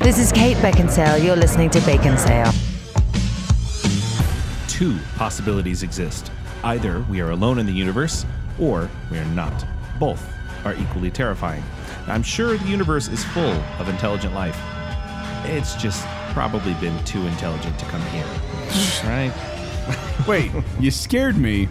This is Kate Beckinsale. You're listening to Bacon Sale. Two possibilities exist either we are alone in the universe, or we are not. Both are equally terrifying. I'm sure the universe is full of intelligent life. It's just probably been too intelligent to come here. Right? Wait, you scared me,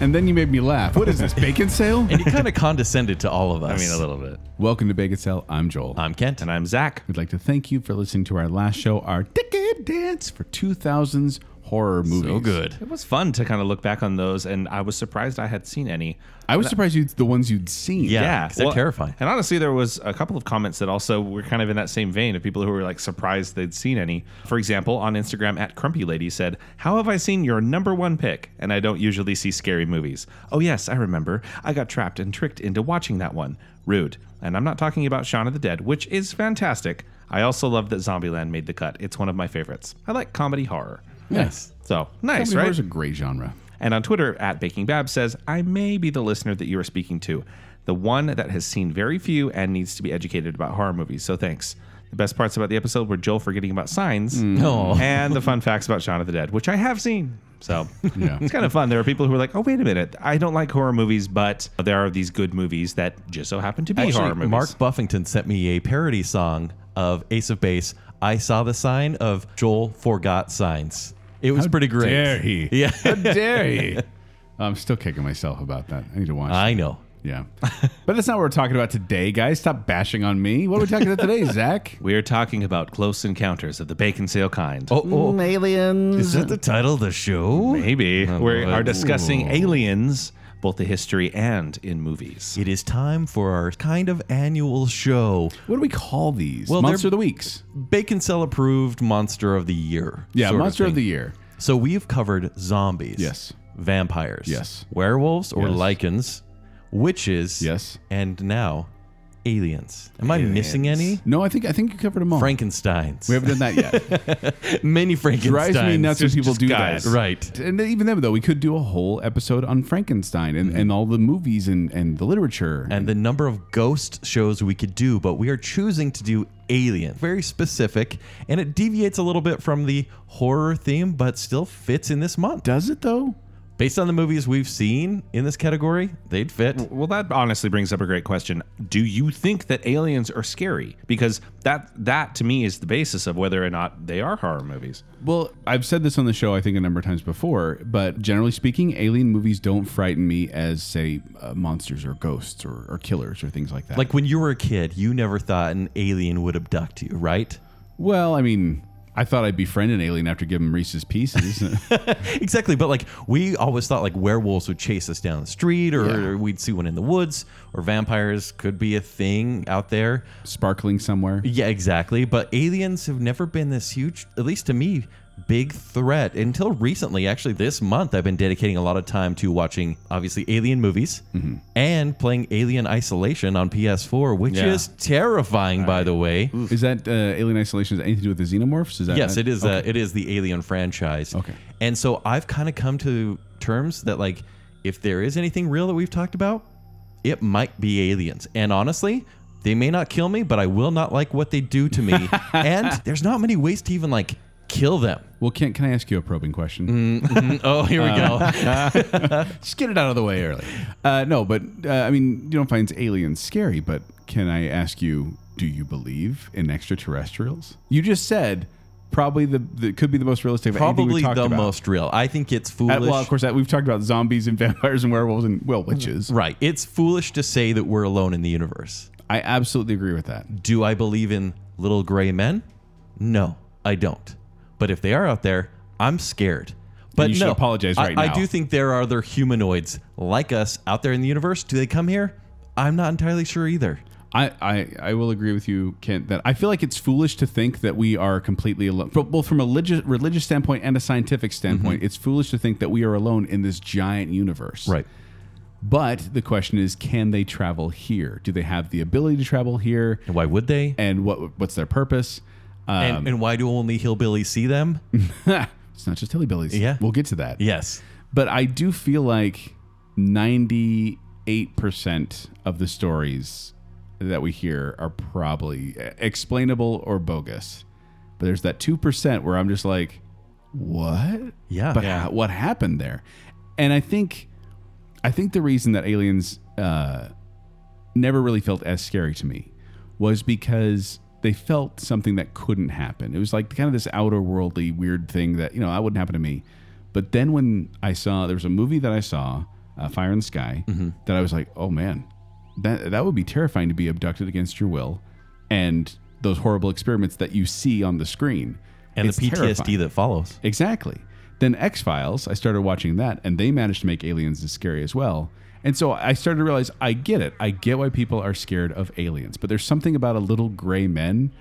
and then you made me laugh. What is this, bacon sale? And you kind of condescended to all of us. I mean, a little bit. Welcome to Bacon Sale. I'm Joel. I'm Kent. And I'm Zach. We'd like to thank you for listening to our last show, our Decade Dance for 2000s horror movies. so good. It was fun to kind of look back on those, and I was surprised I had seen any. I was surprised you the ones you'd seen. Yeah. 'cause they're terrifying. And honestly, there was a couple of comments that also were kind of in that same vein of people who were like surprised they'd seen any. For example, on Instagram at Crumpy Lady said, "How have I seen your number one pick? And I don't usually see scary movies. Oh yes, I remember. I got trapped and tricked into watching that one. Rude. And I'm not talking about Shaun of the Dead, which is fantastic. I also love that Zombieland made the cut. It's one of my favorites. I like comedy horror. Yes. So nice, Comedy horror right? is a great genre. And on Twitter, at Baking Bab says, I may be the listener that you are speaking to, the one that has seen very few and needs to be educated about horror movies. So thanks. The best parts about the episode were Joel forgetting about signs No. and the fun facts about Shaun of the Dead, which I have seen. So Yeah. it's kind of fun. There are people who are like, oh, wait a minute. I don't like horror movies, but there are these good movies that just so happen to be horror Actually, movies. Mark Buffington sent me a parody song of Ace of Base. I saw the sign of Joel forgot signs. It was pretty great. Dare he? Yeah. How dare he? I'm still kicking myself about that. I need to watch. it. I know. yeah. but that's not what we're talking about today, guys. Stop bashing on me. What are we talking about today, Zach? we are talking about Close Encounters of the Bacon Sale kind. Oh, oh. aliens. Is that the title of the show? Maybe. we boy. are discussing aliens, both the history and in movies. It is time for our kind of annual show, What do we call these? Well, Monster they're- of the Weeks. Bacon Cell approved Monster of the Year. Yeah, sort Monster of, thing. the Year. So we've covered zombies. Yes. Vampires. Yes. Werewolves or Yes. lichens. Witches. Yes. And now aliens. Am I missing any? No, I think I think you covered them all. Frankensteins. we haven't done that yet. many Frankensteins. Drives me nuts when Just- people just do guys. that. Right. And even then, though, we could do a whole episode on Frankenstein and, and all the movies and, and the literature. Mm-hmm. and the number of ghost shows we could do, but we are choosing to do Alien. Very specific, and it deviates a little bit from the horror theme, but still fits in this month. Does it though? Based on the movies we've seen in this category, they'd fit. Well, that honestly brings up a great question. Do you think that aliens are scary? Because that that to me is the basis of whether or not they are horror movies. Well, I've said this on the show, I think, a number of times before, but generally speaking, alien movies don't frighten me as, say, uh, monsters or ghosts or, or killers or things like that. Like when you were a kid, you never thought an alien would abduct you, right? well, I mean, I thought I'd befriend an alien after giving him Reese's Pieces. Exactly, but like we always thought like werewolves would chase us down the street or, Yeah. we'd see one in the woods or vampires could be a thing out there. sparkling somewhere. Yeah, exactly. But aliens have never been this huge, at least to me, big threat until recently. Actually, this month I've been dedicating a lot of time to watching, obviously, alien movies and playing Alien Isolation on PS4, which Yeah. is terrifying, by the way. Is that uh, Alien Isolation? Is that anything to do with the xenomorphs? Is that Yes, it is. Uh, it is the Alien franchise. Okay. And so I've kind of come to terms that like, if there is anything real that we've talked about, it might be aliens. And honestly, they may not kill me, but I will not like what they do to me. and there's not many ways to even like kill them. Well, Kent, can I ask you a probing question? Oh, here we go. Just get it out of the way early. Uh, no, but uh, I mean, you don't find aliens scary, but can I ask you, do you believe in extraterrestrials? You just said probably the, the could be the most realistic. of anything Probably we've the talked about. most real. I think it's foolish. Uh, well, of course, that we've talked about zombies and vampires and werewolves and well witches. Right. It's foolish to say that we're alone in the universe. I absolutely agree with that. Do I believe in little gray men? No, I don't. But if they are out there, I'm scared. But you should no, apologize right I, now. I do think there are other humanoids like us out there in the universe. Do they come here? I'm not entirely sure either. I, I, I will agree with you, Kent, that I feel like it's foolish to think that we are completely alone. But both from a religious, religious standpoint and a scientific standpoint, it's foolish to think that we are alone in this giant universe. But the question is, can they travel here? Do they have the ability to travel here? And why would they? And um, what what's their purpose? And, and why do only hillbillies see them? It's not just hillbillies. Yeah. We'll get to that. yes. But I do feel like 98% of the stories that we hear are probably eh, explainable or bogus. But there's that 2% where I'm just like, what? Yeah. But Yeah. ho- what happened there? And I think I think the reason that aliens uh, never really felt as scary to me was because they felt something that couldn't happen. It was like kind of this outer worldly weird thing that, you know, that wouldn't happen to me. But then when I saw, there was a movie that I saw, uh, Fire in the Sky, Mm-hmm. that I was like, oh man, that, that would be terrifying to be abducted against your will and those horrible experiments that you see on the screen. and It's the PTSD terrifying. that follows. Exactly. Then X Files, I started watching that, and they managed to make aliens as scary as well. And so I started to realize I get it. I get why people are scared of aliens, but there's something about a little gray man,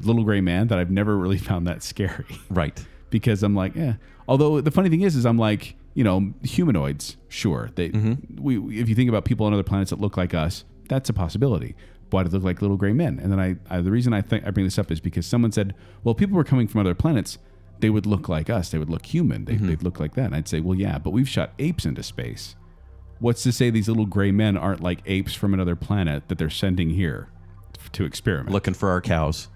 little gray man that I've never really found that scary Right. because I'm like, eh. Although the funny thing is, is I'm like, you know, humanoids. Sure, they. We, we- if you think about people on other planets that look like us, that's a possibility. Why do they look like little gray men? And then I, I the reason I think I bring this up is because someone said, well, people were coming from other planets. They would look like us. They would look human. They, They'd look like that. And I'd say, well, yeah, but we've shot apes into space. What's to say these little gray men aren't like apes from another planet that they're sending here to experiment? Looking for our cows.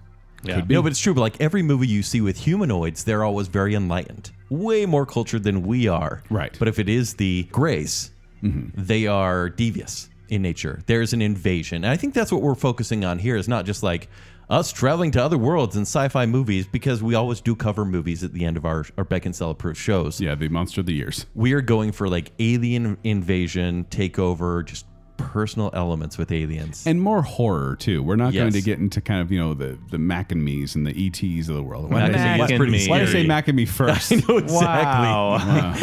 Yeah. No, but it's true. But like every movie you see with humanoids, they're always very enlightened, way more cultured than we are. Right. Mm-hmm. But if it is the grays, they are devious in nature. There's an invasion. And I think that's what we're focusing on here is not just like us traveling to other worlds in sci-fi movies because we always do cover movies at the end of our, our Beck and Sell approved shows yeah, the monster of the years. we are going for like alien invasion, takeover, just personal elements with aliens. and more horror too. We're not Yes. going to get into kind of you know the the Mac and me's and the ETs of the world. Why, Mac did I say- and why- Me. why did I Scary. say Mac and me first? I, know exactly.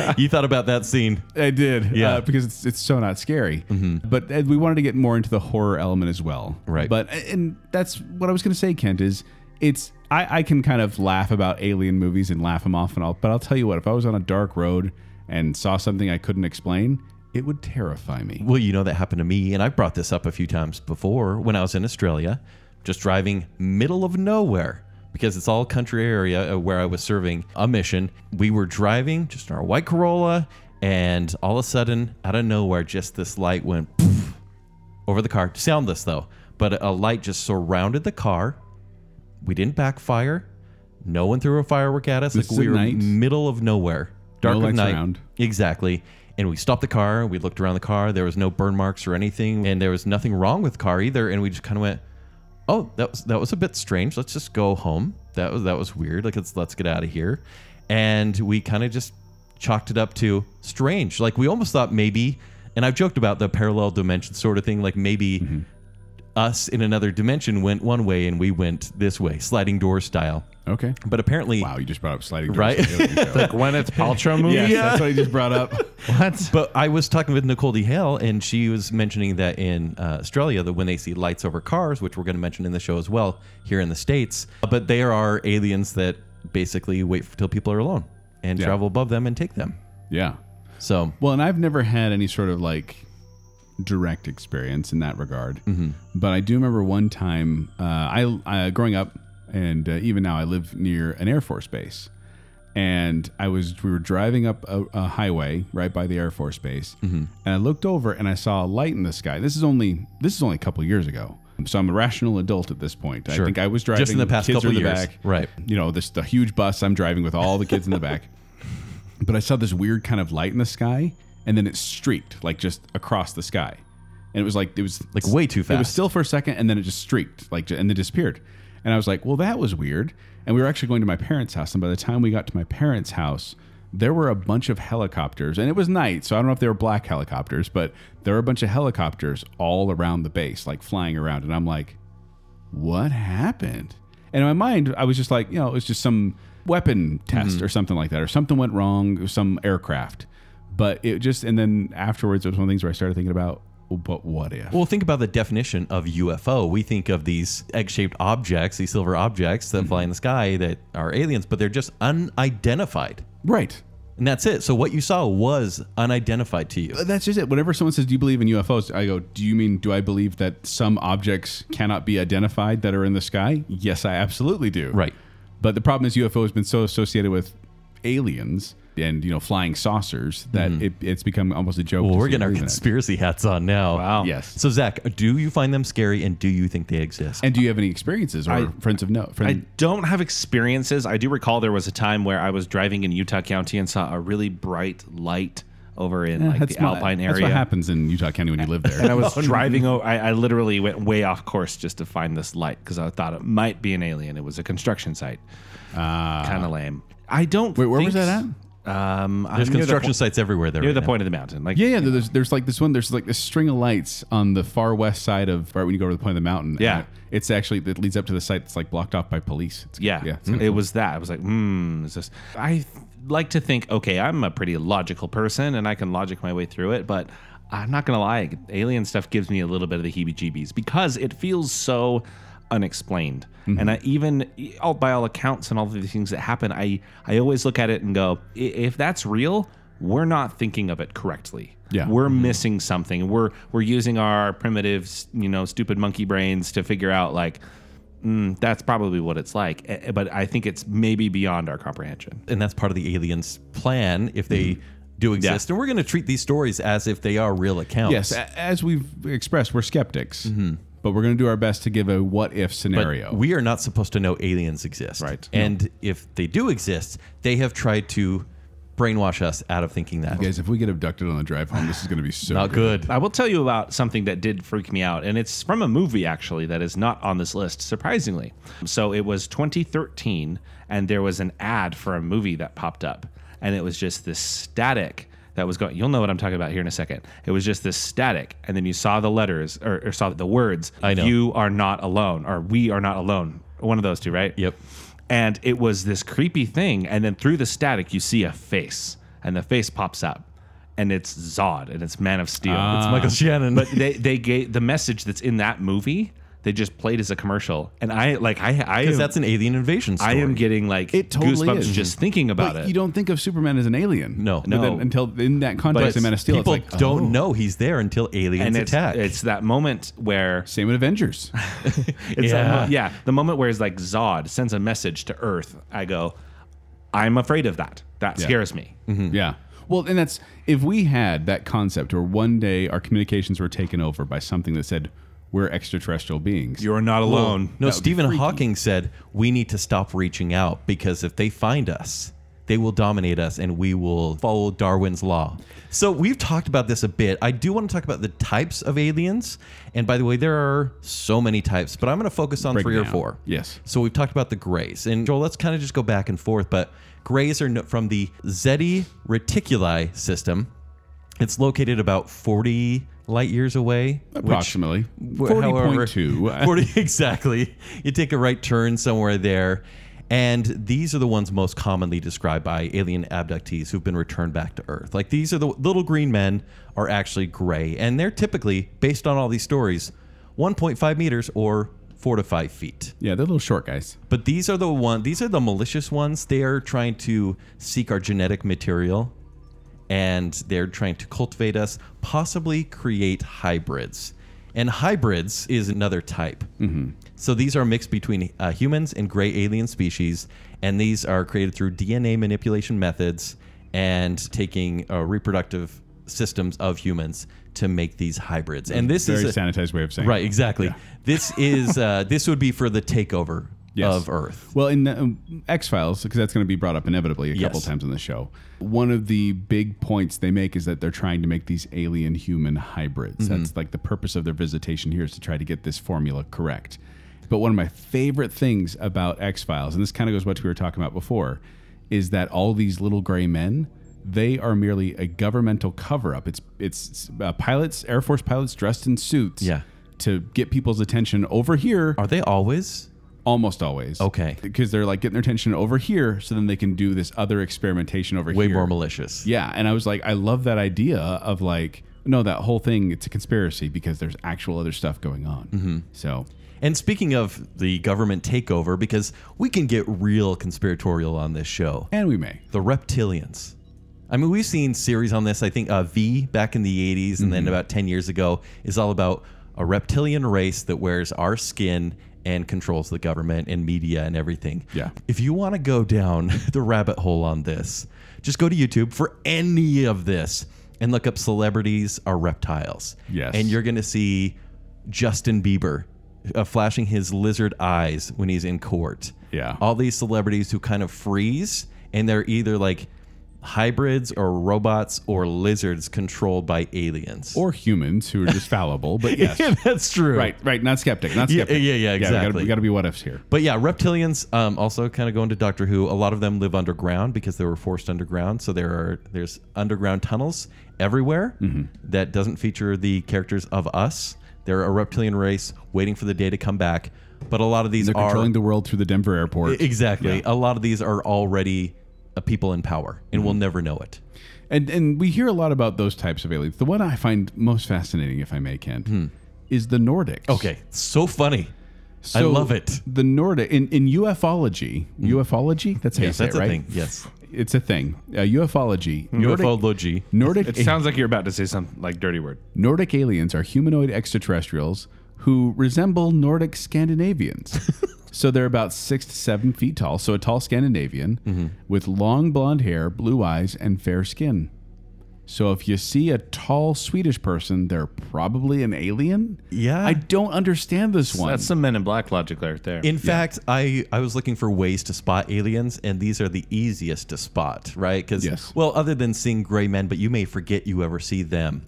Wow. you thought about that scene. did, Yeah. uh, because it's it's so not scary. But uh, we wanted to get more into the horror element as well, Right. But and that's what I was going to say, Kent. Is it's I, I can kind of laugh about alien movies and laugh them off and all, but I'll tell you what, if I was on a dark road and saw something I couldn't explain, it would terrify me. Well, you know, that happened to me, and I've brought this up a few times before when I was in Australia, just driving middle of nowhere because it's all country area uh, where I was serving a mission. We were driving just in our white Corolla, and all of a sudden, out of nowhere, just this light went poof over the car. Soundless, though, but a light just surrounded the car. We didn't backfire. No one threw a firework at us. This like is we at were night? middle of nowhere, dark No of lights night. around. Exactly. And we stopped the car. We looked around the car. There was no burn marks or anything, and there was nothing wrong with the car either. And we just kind of went, "Oh, that was that was a bit strange. Let's just go home. That was that was weird. Like let's let's get out of here." And we kind of just chalked it up to strange. Like we almost thought maybe, and I've joked about the parallel dimension sort of thing. Like maybe Mm-hmm. us in another dimension went one way and we went this way, sliding door style. Okay. But apparently, Wow, you just brought up sliding doors. Right? Yes, Gwyneth Paltrow movie. that's what I just brought up. What? But I was talking with Nicole DeHale, and she was mentioning that in uh, Australia, that when they see lights over cars, which we're going to mention in the show as well, here in the states, uh, but there are aliens that basically wait till people are alone and Yeah. travel above them and take them. Yeah. So Well, and I've never had any sort of like direct experience in that regard, Mm-hmm. but I do remember one time uh, I, I growing up, and uh, even now I live near an Air Force base, and I was we were driving up a, a highway right by the Air Force base, Mm-hmm. and I looked over and I saw a light in the sky. This is only this is only a couple years ago. So I'm a rational adult at this point. I think I was driving Just in the past kids couple are in the years. back Right. you know, this the huge bus I'm driving with all the kids in the back. But I saw this weird kind of light in the sky, and then it streaked like just across the sky, and it was like it was Like, way too It was fast. still for a second, and then it just streaked like and then disappeared. And I was like, well, that was weird. And we were actually going to my parents' house, and by the time we got to my parents' house. There were a bunch of helicopters, and it was night, so I don't know if they were black helicopters, but there were a bunch of helicopters all around the base, like flying around. And I'm like, what happened? And in my mind, I was just like, you know, it was just some weapon test Mm-hmm. or something like that, or something went wrong, or some aircraft. But it just, and then afterwards, it was one of the things where I started thinking about, well, but what if? Well, think about the definition of UFO. We think of these egg shaped objects, these silver objects that fly in the sky that are aliens, but they're just unidentified. right. And that's it. So what you saw was unidentified to you. But That's just it. Whenever someone says, "Do you believe in UFOs?" I go, "Do you mean do I believe that some objects cannot be identified that are in the sky?" Yes, I absolutely do. Right. But the problem is UFO has been so associated with aliens and you know flying saucers that it, it's become almost a joke. Mm-hmm. Well, to we're see getting our believe in it. conspiracy hats on now. Wow. Yes. So, Zach, do you find them scary and do you think they exist? And do you have any experiences or I- friends of note? Friend, I don't have experiences. I do recall there was a time where I was driving in Utah County and saw a really bright light over in like the what- Alpine That's what Oh, area. Oh, happens in Utah County when you live and there. I was driving. o- I, I literally went way off course just to find this light because I thought it might be an alien. It was a construction site. kind of lame. I don't. Ah. Wait, where think was that s- Um, There's I'm near the construction po- sites everywhere there. near right the now. point of the mountain. Like yeah, yeah. There's there's like this one. There's like this string of lights on the far west side of right when you go to the point of the mountain. Yeah. And it's actually that leads up to the site that's like blocked off by police. It's, Yeah, Hmm. yeah. it's kinda it was that. I was like, hmm, is this? I th- like to think, okay, I'm a pretty logical person and I can logic my way through it, but I'm not gonna lie, alien stuff gives me a little bit of the heebie-jeebies because it feels so unexplained. Mm-hmm. And I even all by all accounts and all of the things that happen, I I always look at it and go, "I- if that's real, we're not thinking of it correctly. Yeah. Mm-hmm. we're missing something. We're we're using our primitive, s- you know, stupid monkey brains to figure out like mm, that's probably what it's like. Eh, eh, But I think it's maybe beyond our comprehension. and that's part of the aliens' plan if they Mm-hmm. do exist. And we're going to treat these stories as if they are real accounts. Yes, a- as we've expressed, we're skeptics, Mm-hmm. but we're going to do our best to give a what if scenario. We are not supposed to know aliens exist. Right. And if they do exist, they have tried to brainwash us out of thinking that. Guys, if we get abducted on the drive home, this is going to be so Not good. I will tell you about something that did freak me out, and it's from a movie actually that is not on this list, surprisingly. So it was 2013, and there was an ad for a movie that popped up, and it was just this static that was going. You'll know what I'm talking about here in a second. It was just this static, and then you saw the letters or, or saw the words. I know. You are not alone, or we are not alone. One of those two, right? Yep. And it was this creepy thing. And then through the static, you see a face, and the face pops up, and it's Zod, and it's Man of Steel. It's Michael Shannon. Uh, Um, But they they gave the message that's in that movie. They just played as a commercial, and I like I I am, because that's an alien invasion story. I am getting like It totally goosebumps is. just thinking about But it. you don't think of Superman as an alien. No. But No. then until in that context, of Man of Steel, people it's like, don't oh. know he's there until aliens and it's, attack. it's that moment where Same with Avengers. It's yeah. Yeah. That mo- yeah. The moment where it's like Zod sends a message to Earth. I go, I'm afraid of that. That Yeah. Mm-hmm. scares me. Mm-hmm. Yeah. Well, and that's if we had that concept where one day our communications were taken over by something that said we're extraterrestrial beings. You're not alone. no, Stephen Hawking said we need to stop reaching out because if they find us, they will dominate us and we will follow Darwin's law. So we've talked about this a bit. I do want to talk about the types of aliens. And by the way, there are so many types, but I'm going to focus on Break three it or down. four. Yes. So we've talked about the grays. And Joel, let's kind of just go back and forth, but grays are no- from the Zeti Reticuli system. It's located about 40 light years away. which- approximately Wh- forty however- point two. 40 exactly. You take a right turn somewhere there. And these are the ones most commonly described by alien abductees who've been returned back to Earth. Like these are the little green men are actually gray, and they're typically, based on all these stories, 1.5 meters or four to five feet. Yeah, they're little short guys. But these are the one. These are the malicious ones. They are trying to seek our genetic material, and they're trying to cultivate us, possibly create hybrids. And hybrids is another type. Mm-hmm. So these are mixed between uh, humans and gray alien species, and these are created through DNA manipulation methods and taking uh, reproductive systems of humans to make these hybrids. And this Very is a, sanitized way of saying. it. right, exactly. This is uh, this would be for the takeover Yes. of Earth. Well, in the, um, X Files, because that's going to be brought up inevitably a Yes. couple times on the show. One of the big points they make is that they're trying to make these alien human hybrids. Mm-hmm. That's like the purpose of their visitation here is to try to get this formula correct. But one of my favorite things about X Files, and this kind of goes back to what we were talking about before, is that all these little gray men. They are merely a governmental cover-up. It's it's uh, pilots, Air Force pilots dressed in suits, Yeah. to get people's attention over here Are they always? Almost always. Okay. Because they're like getting their attention over here, so then they can do this other experimentation over Way here. more malicious. Yeah. And I was like, I love that idea of like, no, that whole thing, it's a conspiracy because there's actual other stuff going on. Mm-hmm. So, And speaking of the government takeover, because we can get real conspiratorial on this show, and we may. the reptilians. I mean, we've seen series on this. I think uh, V back in the 80s and Mm-hmm. then about 10 years ago is all about a reptilian race that wears our skin and controls the government and media and everything. Yeah. If you want to go down the rabbit hole on this, just go to YouTube for any of this and look up celebrities are reptiles. Yes. And you're going to see Justin Bieber uh, flashing his lizard eyes when he's in court. Yeah. All these celebrities who kind of freeze and they're either like hybrids or robots or lizards controlled by aliens. or humans who are just fallible. But yes, that's true. right, right. Not skeptic. Not Yeah, skeptic. yeah, yeah, we gotta- exactly. we got to be what ifs here. But yeah, reptilians um, also kind of go into Doctor Who. A lot of them live underground because they were forced underground. So there are there's underground tunnels everywhere Mm-hmm. that doesn't feature the characters of us. They're a reptilian race waiting for the day to come back. But a lot of these They're are E-, controlling the world through the Denver airport. exactly. A lot of these are already uh, people in power, and Mm-hmm. we'll never know it. And and we hear a lot about those types of aliens. The one I find most fascinating, if I may, Kent, is the Nordics. Hmm. Okay, so funny. I love it. Mm. The Nordic in, in ufology, ufology. That's how you Yes, say that's it, a right? thing. Yes, It's a thing. Uh, ufology. Nordic, ufology. Nordic. It sounds like you're about to say something like dirty word. Nordic aliens are humanoid extraterrestrials who resemble Nordic Scandinavians. so they're about six to seven feet tall. So a tall Scandinavian Mm-hmm. with long blonde hair, blue eyes, and fair skin. So if you see a tall Swedish person, they're probably an alien. Yeah. I don't understand this one. That's some Men in Black logic right there. In fact, I, I was looking for ways to spot aliens, and these are the easiest to spot, right? Because, Yes. well, other than seeing gray men, but you may forget you ever see them.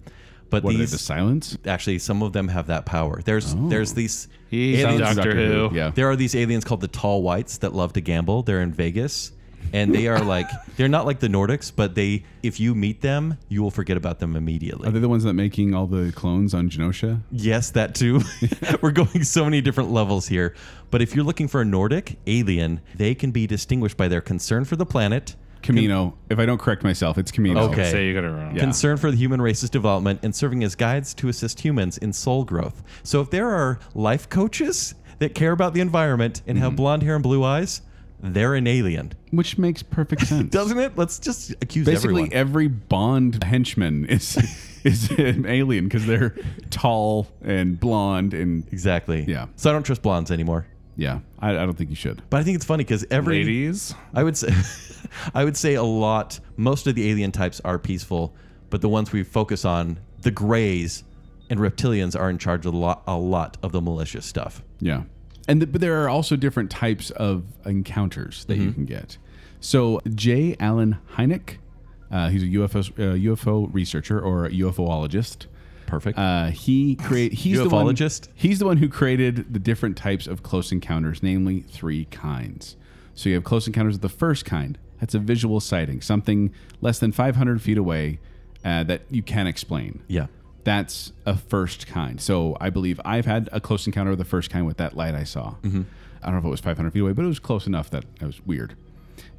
But what are they, these, the Oh. silence? actually, some of them have that power. There's there's these He's on aliens. Doctor Who. Yeah. There are these aliens called the Tall Whites that love to gamble. They're in Vegas, and they are like they're not like the Nordics, but they if you meet them, you will forget about them immediately. Are they the ones that making all the clones on Genosha? Yes, that too. We're going so many different levels here. But if you're looking for a Nordic alien, they can be distinguished by their concern for the planet, Camino. If I don't correct myself, it's Camino. Okay. Say you got it wrong. concern for the human race's development, and serving as guides to assist humans in soul growth. So if there are life coaches that care about the environment and Mm-hmm. have blonde hair and blue eyes, they're an alien. Which makes perfect sense. Doesn't it? Let's just accuse Basically, everyone. every Bond henchman is is an alien because they're tall and blonde and exactly. Yeah. So I don't trust blondes anymore. yeah. I, I don't think you should. But I think it's funny because every Ladies, I would say, I would say a lot. Most of the alien types are peaceful, but the ones we focus on, the Greys and reptilians, are in charge of a lot, a lot of the malicious stuff. Yeah, and th- but there are also different types of encounters that you Mm-hmm. can get. So J. Allen Hynek, uh, he's a UFO uh, UFO researcher or a UFOologist. Perfect. Uh, he create he's the one, Ufologist? He's the one who created the different types of close encounters, namely three kinds. So you have close encounters of the first kind. That's a visual sighting, something less than 500 feet away uh, that you can explain. yeah. That's a first kind. So I believe I've had a close encounter of the first kind with that light I saw. I don't know if it was 500 feet away, but it was close enough that it was weird.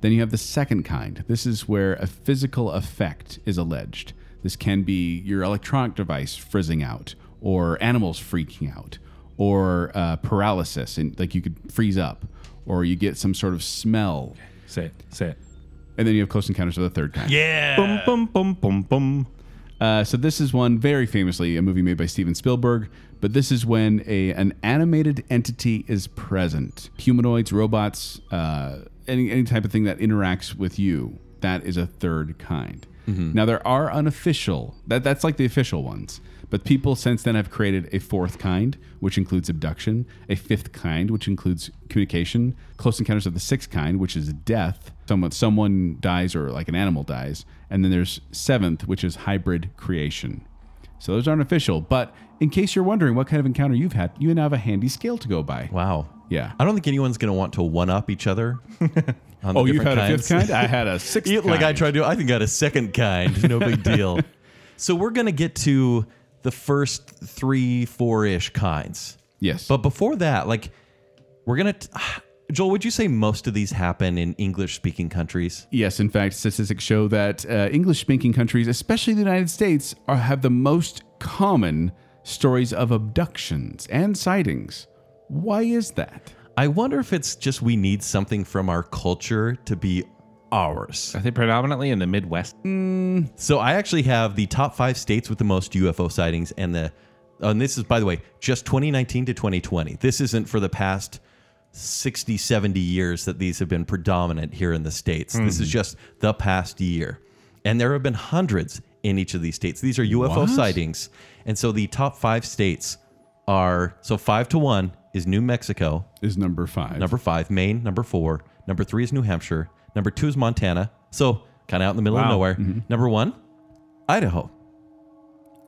Then you have the second kind. This is where a physical effect is alleged. This can be your electronic device frizzing out, or animals freaking out, or uh, paralysis, and like you could freeze up, or you get some sort of smell. say it. Say it. And then you have close encounters of the third kind. Yeah. Boom, boom, boom, boom, boom. Uh, so this is one very famously a movie made by Steven Spielberg, but this is when a an animated entity is present. Humanoids, robots, uh, any any type of thing that interacts with you, that is a third kind. Now there are unofficial. That that's like the official ones. But people since then have created a fourth kind, which includes abduction, a fifth kind, which includes communication, close encounters of the sixth kind, which is death. Someone someone dies or like an animal dies, and then there's seventh, which is hybrid creation. So those aren't official, but in case you're wondering what kind of encounter you've had, you now have a handy scale to go by. Wow. Yeah. I don't think anyone's gonna want to one up each other. on the Oh, you've had different a fifth kinds. kind? I had a sixth Yeah, like I kind. tried to. I think I got a second kind. No big deal. So we're gonna get to the first three, four ish kinds. Yes. But before that, like we're gonna. T- Joel, would you say most of these happen in English speaking countries? Yes, in fact, statistics show that uh, English speaking countries, especially the United States, are, have the most common stories of abductions and sightings. Why is that? I wonder if it's just we need something from our culture to be ours. Are they predominantly in the Midwest? So I actually have the top five states with the most UFO sightings, and the and this is by the way just 2019 to 2020. This isn't for the past 60, 70 years that these have been predominant here in the States. This is just the past year. And there have been hundreds in each of these states. These are UFO What? sightings. And so the top five states are so five to one is New Mexico, is number five. number five, Maine, number four, number three is New Hampshire, number two is Montana. So kind of out in the middle of Wow. Mm-hmm. nowhere. Number one, Idaho.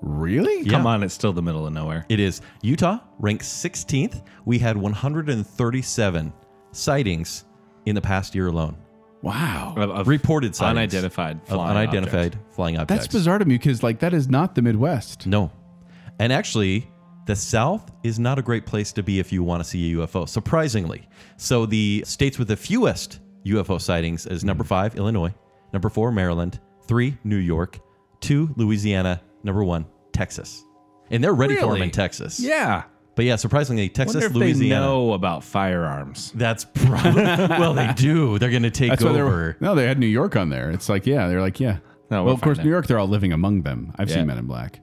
really? Yeah. Come on, it's still the middle of nowhere. It is Utah ranked 16th. We had 137 sightings in the past year alone. Wow. Of- of Reported sightings. unidentified Of flying unidentified flying objects. That's bizarre to me because like that is not the Midwest. No. And actually, the South is not a great place to be if you want to see a UFO, surprisingly. So the states with the fewest UFO sightings is number five, Illinois, number four, Maryland, three, New York, two, Louisiana, number one, Texas. And they're ready for them Really? in Texas. Yeah. But yeah, surprisingly, Wonder Texas, if Louisiana. they know about firearms. That's probably well, they do. They're going to take That's why they were. over. No, they had New York on there. It's like yeah, they're like yeah. No, we're well, of fine course, now. New York. They're all living among them. I've Yeah. seen Men in Black.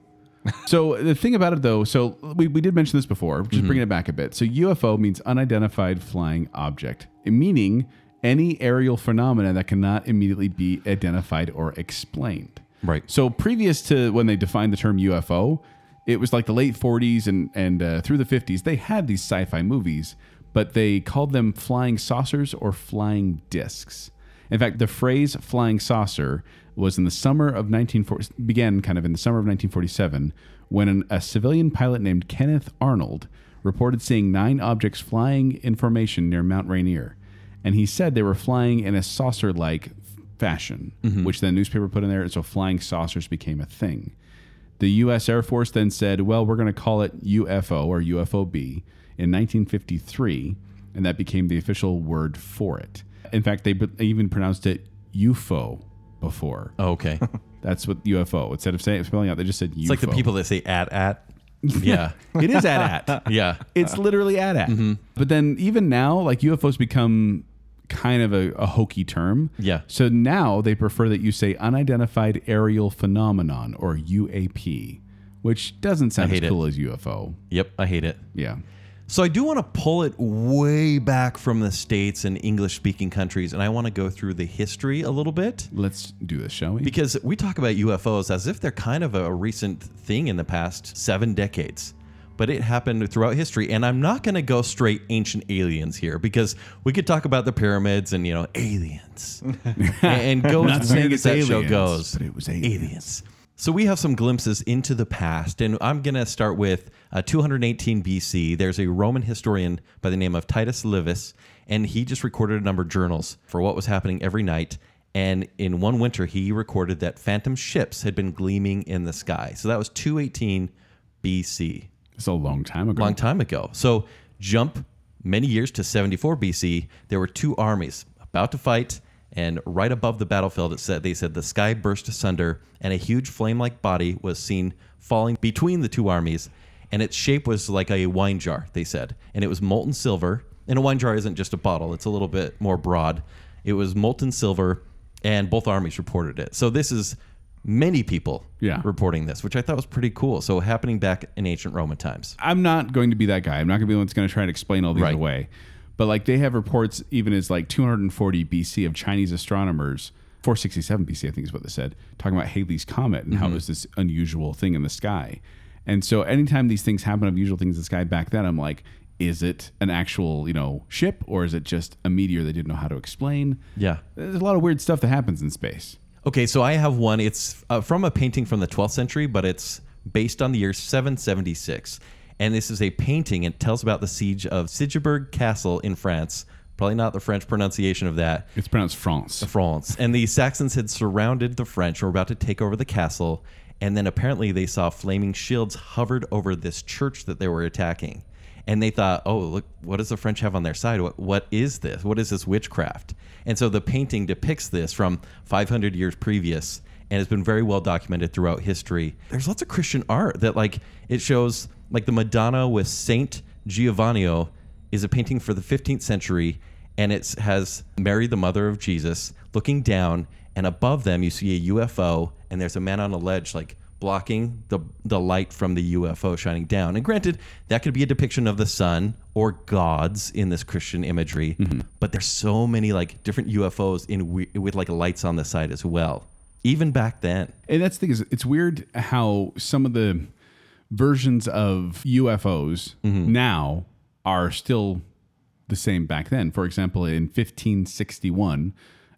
so the thing about it though, so we, we did mention this before, just bringing it back a bit. So UFO means unidentified flying object, meaning any aerial phenomena that cannot immediately be identified or explained. Right. So previous to when they defined the term UFO, it was like the late 40s and and uh, through the 50s. They had these sci-fi movies, but they called them flying saucers or flying discs. In fact, the phrase "flying saucer" was in the summer of 1940 began kind of in the summer of 1947 when an, a civilian pilot named Kenneth Arnold reported seeing nine objects flying in formation near Mount Rainier and he said they were flying in a saucer-like fashion, Mm-hmm. which the newspaper put in there. So flying saucers became a thing. The U.S. Air Force then said, "Well, we're going to call it UFO or UFOB." In 1953, and that became the official word for it. In fact, they be- even pronounced it UFO before. Okay. It's That's what UFO. Instead of saying spelling out, they just said UFO. It's like the people that say at at. Yeah. It is at at. yeah. It's literally at at. Mm-hmm. But then even now, like UFOs become kind of a, a hokey term. Yeah. So now they prefer that you say unidentified aerial phenomenon or UAP, which doesn't sound as hate it. cool as UFO. Yep. I hate it. Yeah. So I do want to pull it way back from the states and English speaking countries and I want to go through the history a little bit Let's do this, shall we? because we talk about UFOs as if they're kind of a recent thing in the past 7 decades. But it happened throughout history and I'm not going to go straight ancient aliens here because we could talk about the pyramids and you know aliens. and go Not as saying weird as it's that show aliens, goes. but it was aliens. So we have some glimpses into the past, and I'm going to start with uh, 218 BC. There's a Roman historian by the name of Titus Livius, and he just recorded a number of journals for what was happening every night. And in one winter, he recorded that phantom ships had been gleaming in the sky. So that was 218 BC It's a long time ago. long time ago. So jump many years to 74 BC, there were two armies about to fight, and right above the battlefield, it said they said the sky burst asunder, and a huge flame-like body was seen falling between the two armies, and its shape was like a wine jar. They said, and it was molten silver. And a wine jar isn't just a bottle; it's a little bit more broad. It was molten silver, and both armies reported it. So this is many people Yeah. reporting this, which I thought was pretty cool. So happening back in ancient Roman times. I'm not going to be that guy. I'm not going to be the one that's going to try and explain all these Right. away. But like they have reports even as like 240 BC of Chinese astronomers, 467 BC, I think is what they said, talking about Halley's Comet and how Mm-hmm. it was this unusual thing in the sky. And so anytime these things happen, unusual things in the sky back then, I'm like, is it an actual, you know, ship or is it just a meteor they didn't know how to explain? Yeah. There's a lot of weird stuff that happens in space. Okay, so I have one. It's uh, from a painting from the 12th century, but it's based on the year 776. And this is a painting. It tells about the siege of Sigeberg Castle in France. Probably not the French pronunciation of that. It's pronounced France. France. And the Saxons had surrounded the French, were about to take over the castle, and then apparently they saw flaming shields hovered over this church that they were attacking. And they thought, oh, look, what does the French have on their side? What, what is this? What is this witchcraft? And so the painting depicts this from 500 years previous and has been very well documented throughout history. There's lots of Christian art that, like, it shows, like, the Madonna with Saint Giovanni is a painting for the 15th century and it has Mary, the mother of Jesus, looking down, and above them you see a UFO, and there's a man on a ledge, like blocking the the light from the UFO shining down. And granted, that could be a depiction of the sun or gods in this Christian imagery, Mm-hmm. but there's so many like different UFOs in we- with like lights on the side as well. Even back then, And that's the thing is, it's weird how some of the versions of UFOs now are still the same back then. For example, in 1561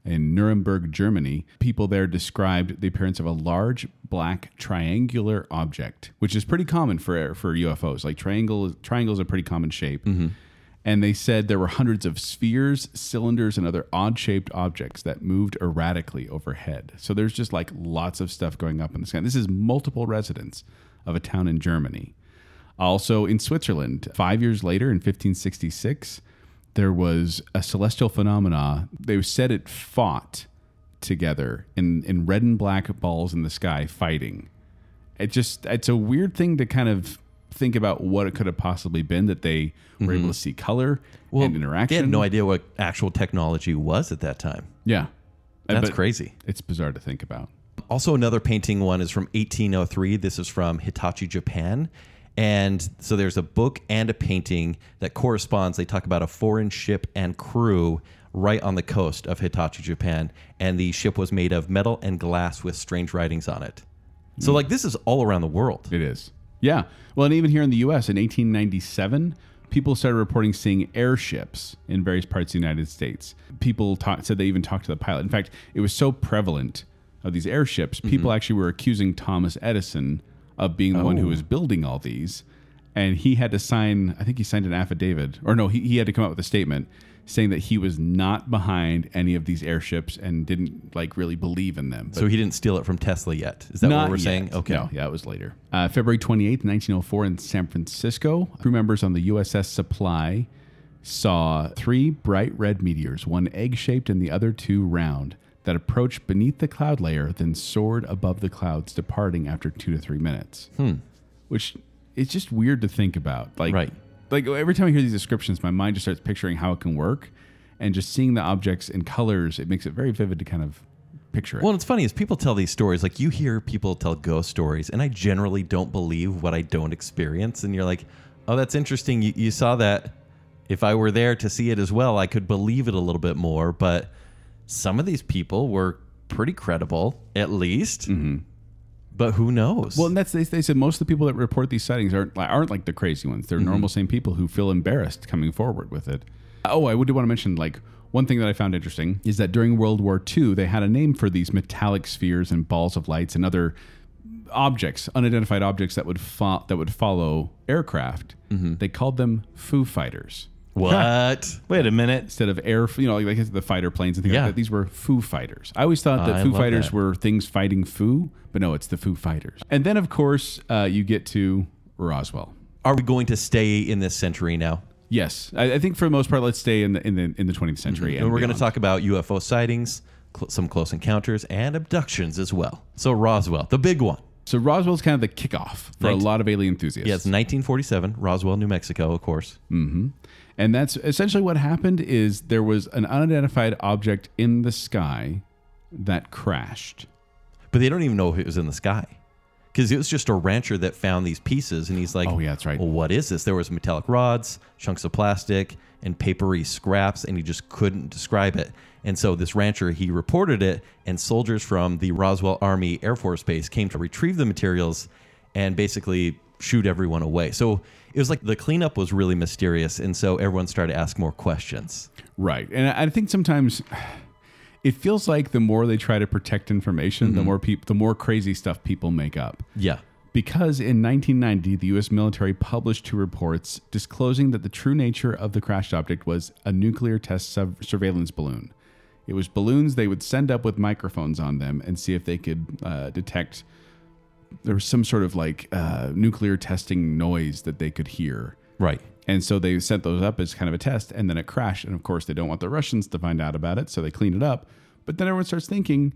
in Nuremberg, Germany, people there described the appearance of a large black triangular object, which is pretty common for for UFOs. Like triangle triangles a pretty common shape. And they said there were hundreds of spheres, cylinders, and other odd shaped objects that moved erratically overhead. So there's just like lots of stuff going up in the sky. This is multiple residents of a town in Germany. Also in Switzerland, five years later in 1566, there was a celestial phenomena. They said it fought together in, in red and black balls in the sky fighting. It just, it's a weird thing to kind of think about what it could have possibly been that they were able to see color and interaction. Mm-hmm. They had no idea what actual technology was at that time. Yeah. And- That's but crazy. It's bizarre to think about. Also, another painting one is from 1803. This is from Hitachi, Japan. And so there's a book and a painting that corresponds. They talk about a foreign ship and crew right on the coast of Hitachi, Japan. And the ship was made of metal and glass with strange writings on it. So, like, this is all around the world. It is. Hmm. Yeah. Well, and even here in the U.S. in 1897, people started reporting seeing airships in various parts of the United States. People ta- said they even talked to the pilot. In fact, it was so prevalent of these airships, people actually were accusing Thomas Edison of being the one who was building all these. And he had to sign, I think he signed an affidavit, or no, he, he had to come up with a statement saying that he was not behind any of these airships and didn't like really believe in them. But So, he didn't steal it from Tesla yet. Is that what not we're yet. saying? Okay. No, yeah, that was later. Uh, February 28th, 1904, in San Francisco, crew members on the USS Supply saw three bright red meteors, one egg shaped and the other two round, that approached beneath the cloud layer, then soared above the clouds, departing after two to three minutes. Which it's just weird to think about. Like, Hmm. Right. like every time I hear these descriptions, my mind just starts picturing how it can work. And just seeing the objects in colors, it makes it very vivid to kind of picture it. Well, it's funny is people tell these stories. Like you hear people tell ghost stories, and I generally don't believe what I don't experience. And you're like, oh, that's interesting. You, you saw that. If I were there to see it as well, I could believe it a little bit more. But some of these people were pretty credible, at least. But who knows? Well, and that's they, they said most of the people that report these sightings aren't like, aren't like the crazy ones. They're normal, same people who feel embarrassed coming forward with it. Oh, I would want to mention like one thing that I found interesting is that during World War II, they had a name for these metallic spheres and balls of lights and other objects, unidentified objects that would fo- that would follow aircraft. They called them Foo Fighters what? Wait a minute. instead of air, you know, like, like the fighter planes and things Yeah. like that. These were Foo Fighters. I always thought that I Foo love Fighters that. were things fighting Foo, but no, it's the Foo Fighters. And then, of course, uh, you get to Roswell. Are we going to stay in this century now? Yes, I, I think for the most part, let's stay in the in the in the 20th century. And Mm-hmm. we're going to talk about UFO sightings, cl- some close encounters, and abductions as well. So, Roswell, the big one. So Roswell's kind of the kickoff for a Nineteen- lot of alien enthusiasts. Yeah, it's 1947, Roswell, New Mexico, of course. And that's essentially what happened is there was an unidentified object in the sky that crashed. But they don't even know if it was in the sky. Because it was just a rancher that found these pieces and he's like, Oh, yeah, that's right. Well, what is this? There was metallic rods, chunks of plastic, and papery scraps, and he just couldn't describe it. And so this rancher, he reported it, and soldiers from the Roswell Army Air Force Base came to retrieve the materials and basically shoot everyone away. So it was like the cleanup was really mysterious, and so everyone started to ask more questions. Right. And I I think sometimes it feels like the more they try to protect information, the more people the more crazy stuff people make up. Yeah. Because in 1990, the US military published two reports disclosing that the true nature of the crashed object was a nuclear test sub- surveillance balloon. It was balloons they would send up with microphones on them and see if they could uh, detect there was some sort of like uh, nuclear testing noise that they could hear. Right. And so they sent those up as kind of a test, and then it crashed. And of course, they don't want the Russians to find out about it, so they clean it up. But then everyone starts thinking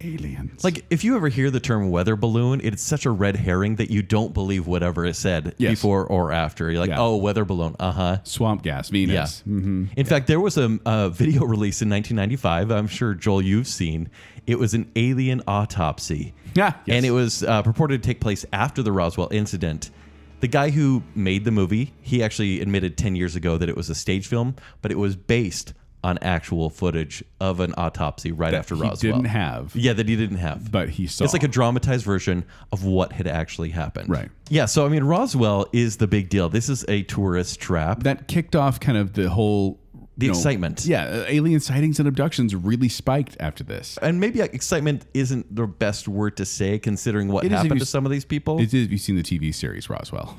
Aliens. Like if you ever hear the term weather balloon, it's such a red herring that you don't believe whatever is said Yes. before or after. You're like, Yeah. Mm-hmm. oh, weather balloon. Uh huh. swamp gas, Venus. Yeah. In fact, there was a, a video release in 1995. I'm sure Joel, you've seen. It was an alien autopsy. Yeah, yes. And it was uh, purported to take place after the Roswell incident. The guy who made the movie, he actually admitted 10 years ago that it was a stage film, but it was based on actual footage of an autopsy right after He Roswell. didn't have, Yeah, that he didn't have. but he saw. It's like a dramatized version of what had actually happened. Right. Yeah. So, I mean, Roswell is the big deal. This is a tourist trap. that kicked off kind of the whole The you know, excitement. Yeah, uh, alien sightings and abductions really spiked after this. and maybe excitement isn't the best word to say considering what It is if happened you- to some of these people. It is. You've seen the TV series Roswell.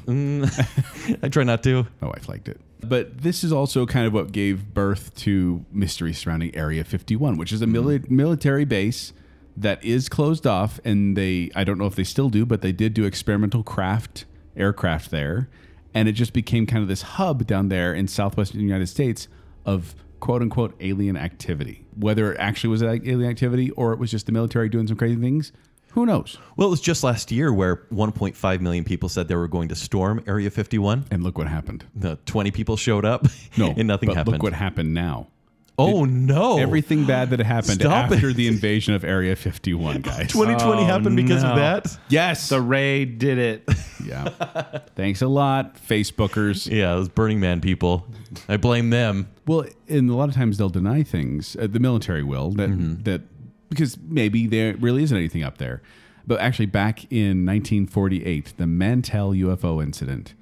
I try not to. My wife liked it. But this is also kind of what gave birth to mystery surrounding Area 51, which is a mili- Mm-hmm. military base that is closed off. And they, I don't know if they still do, but they did do experimental craft, aircraft there. And it just became kind of this hub down there in southwestern United States of quote unquote alien activity. Whether it actually was alien activity or it was just the military doing some crazy things, who knows? Well, it was just last year where 1.5 million people said they were going to storm Area 51. And look what happened. The 20 people showed up No, and nothing but happened. Look what happened now. oh, no. Everything bad that happened Stop after it. the invasion of Area 51, guys. 2020 Oh, happened because no. of that? yes. The Ray did it. yeah. Thanks a lot, Facebookers. Yeah, those Burning Man people. I blame them. Well, and a lot of times they'll deny things. Uh, the military will that that because maybe there really isn't anything up there. But actually, back in 1948, the Mantell UFO incident,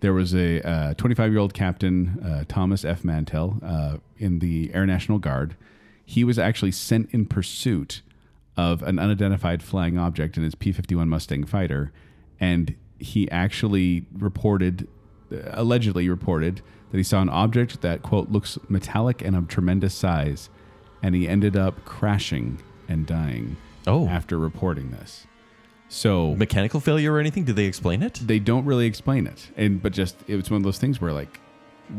there was a 25 year old captain, uh, Thomas F. Mantell, uh, in the Air National Guard. He was actually sent in pursuit of an unidentified flying object in his P 51 Mustang fighter. And he actually reported, allegedly reported, that he saw an object that, quote, looks metallic and of tremendous size. And he ended up crashing and dying Oh. after reporting this. So Mechanical failure or anything? Did they explain it? they don't really explain it. And but just it was one of those things where like,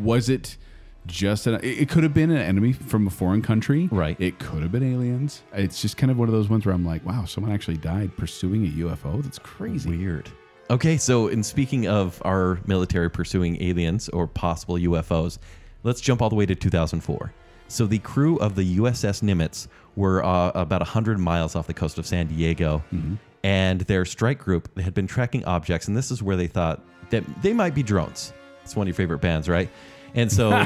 was it just an? It it could have been an enemy from a foreign country, Right. It could have been aliens. It's just kind of one of those ones where I'm like, wow, someone actually died pursuing a UFO. That's crazy. Weird. Okay, so in speaking of our military pursuing aliens or possible UFOs, let's jump all the way to 2004. So the crew of the USS Nimitz were uh, about 100 miles off the coast of San Diego, Mm-hmm. and their strike group had been tracking objects, and this is where they thought that they might be drones. It's one of your favorite bands, right? And so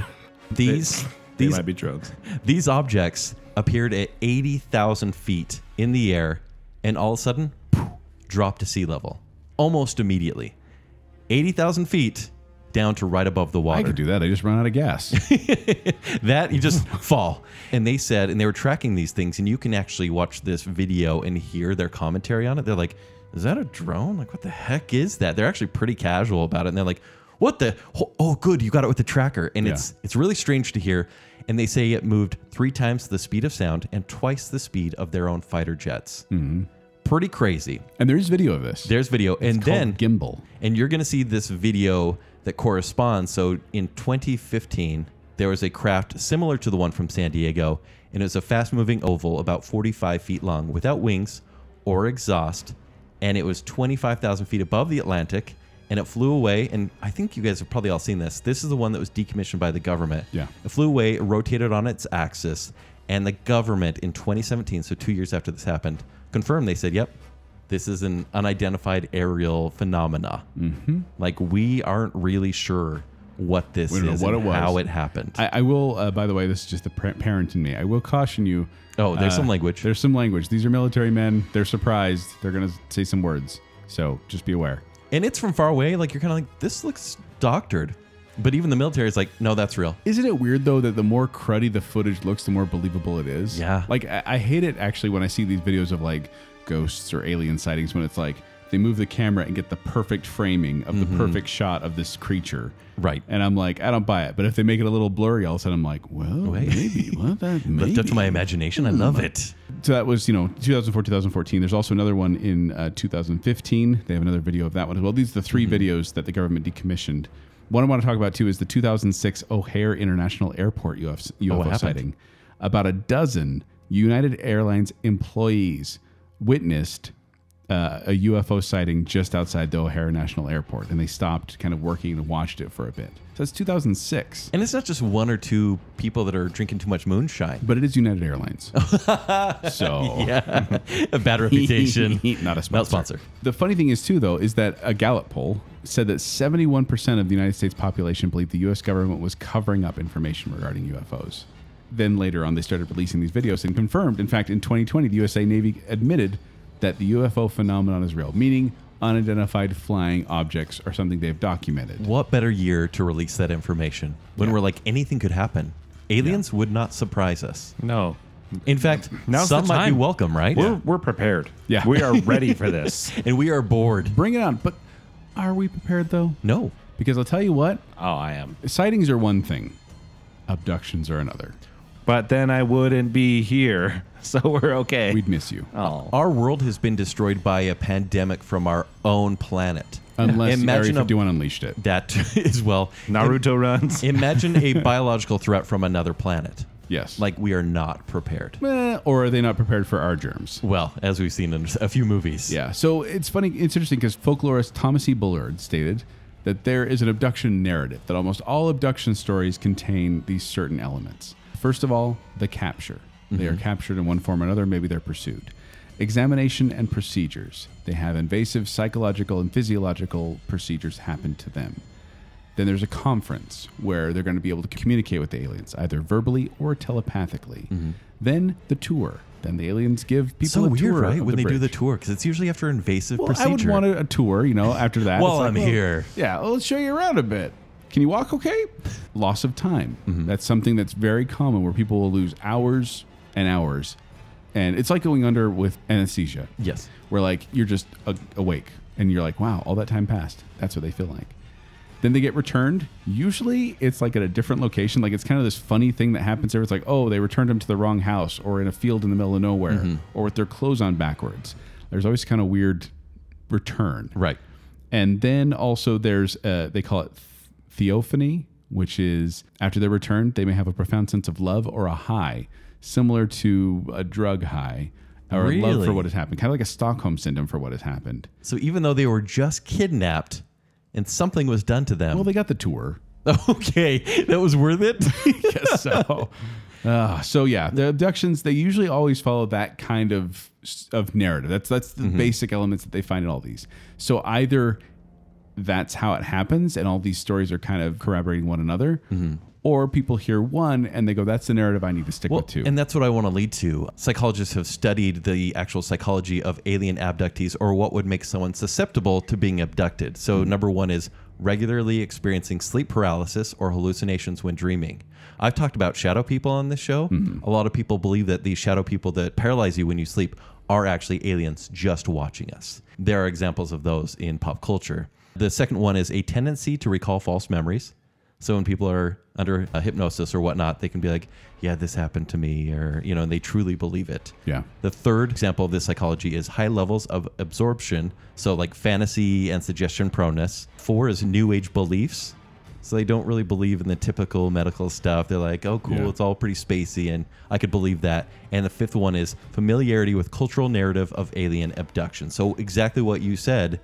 these They these might be drugs. these objects appeared at 80,000 feet in the air and all of a sudden poof, dropped to sea level almost immediately. 80,000 feet down to right above the I water. could do that. I just run out of gas. That you just fall. And they said, and they were tracking these things, and you can actually watch this video and hear their commentary on it. They're like, is that a drone? Like, what the heck is that? They're actually pretty casual about it. And they're like, what the? Oh, oh, good. You got it with the tracker. And it's it's really strange to hear. And they say it moved three times the speed of sound and twice the speed of their own fighter jets. Pretty crazy. and there is video of this. There's video. and Called then gimbal. and you're going to see this video that corresponds. So in 2015, there was a craft similar to the one from San Diego, and it was a fast moving oval about 45 feet long without wings or exhaust, and it was 25,000 feet above the Atlantic, and it flew away. And I think you guys have probably all seen this. This is the one that was decommissioned by the government. Yeah. It flew away, it rotated on its axis, and the government in 2017, so two years after this happened, confirmed they said, yep, this is an unidentified aerial phenomena. Mm-hmm. Like, we aren't really sure what this We don't know is what and it was. how it happened. I, I will. Uh, by the way, this is just the par- parent in me. I will caution you. oh, there's uh, some language. There's some language. These are military men. They're surprised. They're gonna say some words. So just be aware. and it's from far away. Like, you're kind of like, this looks doctored. But even the military is like, no, that's real. Isn't it weird though that the more cruddy the footage looks, the more believable it is? Yeah. Like I, I hate it actually when I see these videos of like ghosts or alien sightings when it's like they move the camera and get the perfect framing of the perfect shot of this creature. Mm-hmm. Right. And I'm like, I don't buy it. But if they make it a little blurry, all of a sudden I'm like, well, maybe. Well, that maybe. Hmm. Left up to my imagination. I love it. So that was, you know, 2004, 2014. There's also another one in uh, 2015. They have another video of that one as well. These are the 3 Mm-hmm. videos that the government decommissioned. One I want to talk about too is the 2006 O'Hare International Airport UFO, Oh, what UFO happened? sighting. About a dozen United Airlines employees witnessed uh, a UFO sighting just outside the O'Hare National Airport, and they stopped kind of working and watched it for a bit. So it's 2006, And it's not just one or two people that are drinking too much moonshine. but it is United Airlines. so Yeah, a bad reputation. Not a sponsor. Not sponsor. The funny thing is, too, though, is that a Gallup poll said that 71% of the United States population believed the U.S. government was covering up information regarding UFOs. Then later on, they started releasing these videos and confirmed. In fact, in 2020, the USA Navy admitted that the UFO phenomenon is real, meaning unidentified flying objects are something they've documented. What better year to release that information when we're like anything could happen? Aliens would not surprise us. No. In fact, Now's some the might be time. welcome, right? We're, we're prepared. Yeah. We are ready for this. And we are bored. Bring it on. But are we prepared, though? No. Because I'll tell you what, oh, I am. sightings are one thing, abductions are another. But then I wouldn't be here. So we're okay. We'd miss you. oh. Our world has been destroyed by a pandemic from our own planet. Unless Area Imagine a- 51 unleashed it. That is well. Naruto runs. Imagine a biological threat from another planet. Yes. Like we are not prepared. Eh, or are they not prepared for our germs? Well, as we've seen in a few movies. Yeah. So it's funny. It's interesting because folklorist Thomas E. Bullard stated that there is an abduction narrative, that almost all abduction stories contain these certain elements. First of all, the capture. They Mm-hmm. are captured in one form or another, maybe they're pursued. Examination and procedures. They have invasive psychological and physiological procedures happen to them. Then there's a conference where they're going to be able to communicate with the aliens, either verbally or telepathically. Then the tour. Then the aliens give people Mm-hmm. so a weird, tour right? of When the they do the bridge. tour, because it's usually after invasive Well, procedure. I would want a, a tour, you know, after that. While It's like, I'm well, here. Yeah, well, let's show you around a bit. Can you walk okay? Loss of time. Mm-hmm. That's something that's very common where people will lose hours and hours. And it's like going under with anesthesia. Yes. Where like you're just a- awake and you're like, wow, all that time passed. That's what they feel like. Then they get returned. Usually it's like at a different location. Like it's kind of this funny thing that happens there. It's like, oh, they returned them to the wrong house or in a field in the middle of nowhere Mm-hmm. or with their clothes on backwards. There's always kind of weird return. Right. And then also there's uh, they call it theophany, which is after their return, they may have a profound sense of love or a high, similar to a drug high or a love Really? for what has happened, kind of like a Stockholm syndrome for what has happened. So even though they were just kidnapped and something was done to them. Well, they got the tour. okay, that was worth it. guess so. Uh, so yeah, the abductions they usually always follow that kind of of narrative. That's that's Mm-hmm. the basic elements that they find in all these. So either that's how it happens, and all these stories are kind of corroborating one another, Mm-hmm. or people hear one and they go, "That's the narrative I need to stick well, with too." and that's what I want to lead to. Psychologists have studied the actual psychology of alien abductees or what would make someone susceptible to being abducted. So Mm-hmm. number 1 is regularly experiencing sleep paralysis or hallucinations when dreaming. I've talked about shadow people on this show. Mm-hmm. A lot of people believe that these shadow people that paralyze you when you sleep are actually aliens just watching us. There are examples of those in pop culture. The second one is a tendency to recall false memories. So when people are under uh, hypnosis or whatnot, they can be like, "Yeah, this happened to me," or you know, and they truly believe it. Yeah. The third example of this psychology is high levels of absorption, so like fantasy and suggestion proneness. Four is new age beliefs. So they don't really believe in the typical medical stuff. They're like, "Oh, cool, Yeah. it's all pretty spacey," and I could believe that. And the fifth one is familiarity with cultural narrative of alien abduction. So exactly what you said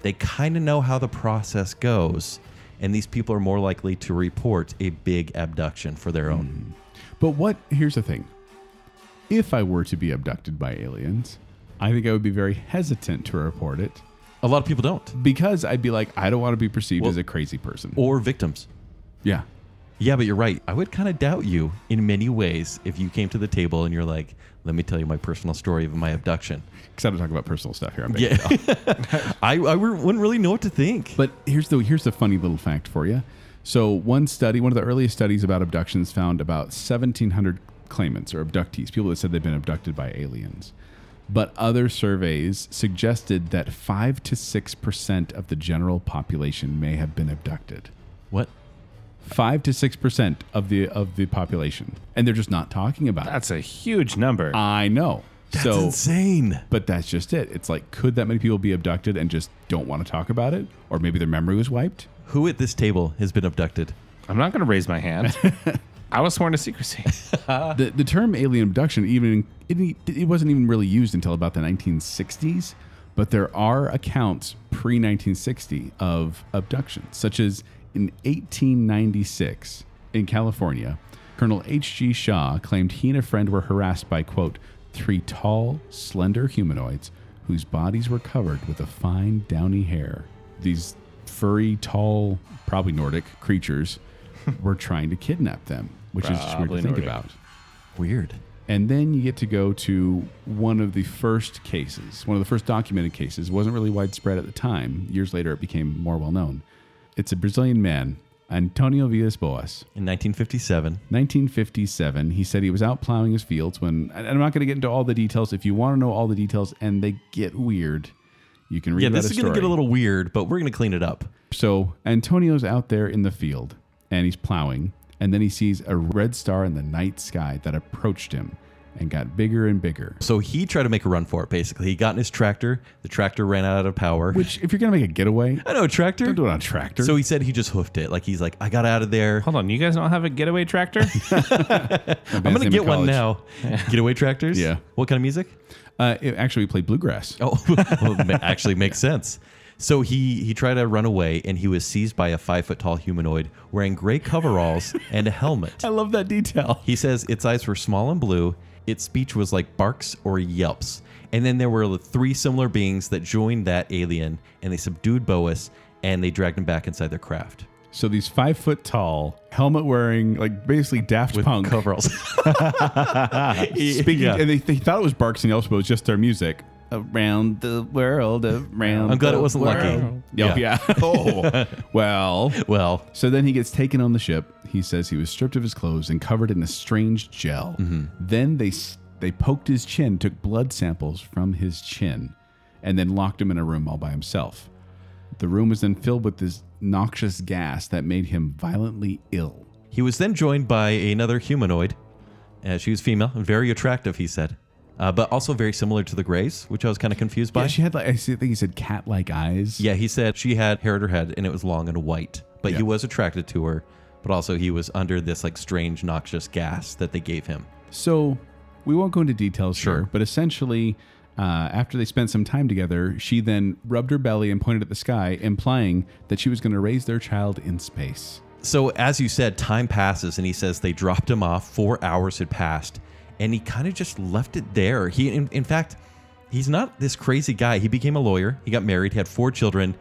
they kind of know how the process goes, and these people are more likely to report a big abduction for their own. but what? Here's the thing: if I were to be abducted by aliens, I think I would be very hesitant to report it A lot of people don't, because I'd be like, I don't want to be perceived Well- as a crazy person. or victims. yeah. Yeah, but you're right. I would kind of doubt you in many ways if you came to the table and you're like, let me tell you my personal story of my abduction. Because I don't talk about personal stuff here. I'm Yeah. I, I wouldn't really know what to think. But here's the here's the funny little fact for you. So one study, one of the earliest studies about abductions, found about 1,700 claimants or abductees, people that said they've been abducted by aliens. But other surveys suggested that five to six percent of the general population may have been abducted. what? Five to six percent of the of the population, and they're just not talking about it. That's a huge number. I know. That's so insane. But that's just it. It's like, could that many people be abducted and just don't want to talk about it? Or maybe their memory was wiped? Who at this table has been abducted? I'm not going to raise my hand. I was sworn to secrecy. the, the term alien abduction even it, it wasn't even really used until about the 1960s but there are accounts pre-1960 of abductions such as in 1896 in california colonel h.g shaw claimed he and a friend were harassed by quote three tall slender humanoids whose bodies were covered with a fine downy hair these furry tall probably nordic creatures were trying to kidnap them which is just weird to Probably think Nordic. about Weird. and then you get to go to one of the first cases, one of the first documented cases. It wasn't really widespread at the time. Years later, it became more well known. It's a Brazilian man, Antonio Villas Boas. In 1957, 1957, he said he was out plowing his fields when, and I'm not going to get into all the details. If you want to know all the details and they get weird, you can read yeah, about this his is going to get a story. little weird, but we're going to clean it up. So Antonio's out there in the field and he's plowing, and then he sees a red star in the night sky that approached him and got bigger and bigger. So he tried to make a run for it. Basically, he got in his tractor. The tractor ran out of power. Which, if you're gonna make a getaway, I know tractor. don't do it on a tractor. So he said he just hoofed it. Like he's like, I got out of there. Hold on, you guys don't have a getaway tractor? I'm gonna get one now. Getaway tractors. Yeah. What kind of music? Uh, it, actually, we played bluegrass. Oh, well, it ma- actually makes sense. So he he tried to run away, and he was seized by a five foot tall humanoid wearing gray coveralls and a helmet. I love that detail. He says its eyes were small and blue. Its speech was like barks or yelps. And then there were three similar beings that joined that alien, and they subdued Boas, and they dragged him back inside their craft So these five foot tall, helmet wearing, like basically Daft with Punk coveralls. speaking, Yeah. and they, they thought it was Barks and Yelps, but it was just their music. Around the world, around. I'm glad it the wasn't world. Lucky. Yep, yeah. oh, well. Well, So then he gets taken on the ship. He says he was stripped of his clothes and covered in a strange gel. Mm-hmm. Then they s- they poked his chin, took blood samples from his chin, and then locked him in a room all by himself. The room was then filled with this noxious gas that made him violently ill. He was then joined by another humanoid. Uh, she was female and very attractive, he said, uh, but also very similar to the Greys, which I was kind of confused by. Yeah, she had like I see- I think he said cat-like eyes. Yeah, he said she had hair at her head and it was long and white, but he Yeah. was attracted to her, but also he was under this like strange noxious gas that they gave him. So we won't go into details here, but essentially, uh, after they spent some time together, she then rubbed her belly and pointed at the sky, implying that she was going to raise their child in space. So, as you said, time passes, and he says they dropped him off. Four hours had passed, and he kind of just left it there. He, in, in fact, he's not this crazy guy. He became a lawyer, he got married, he had four children,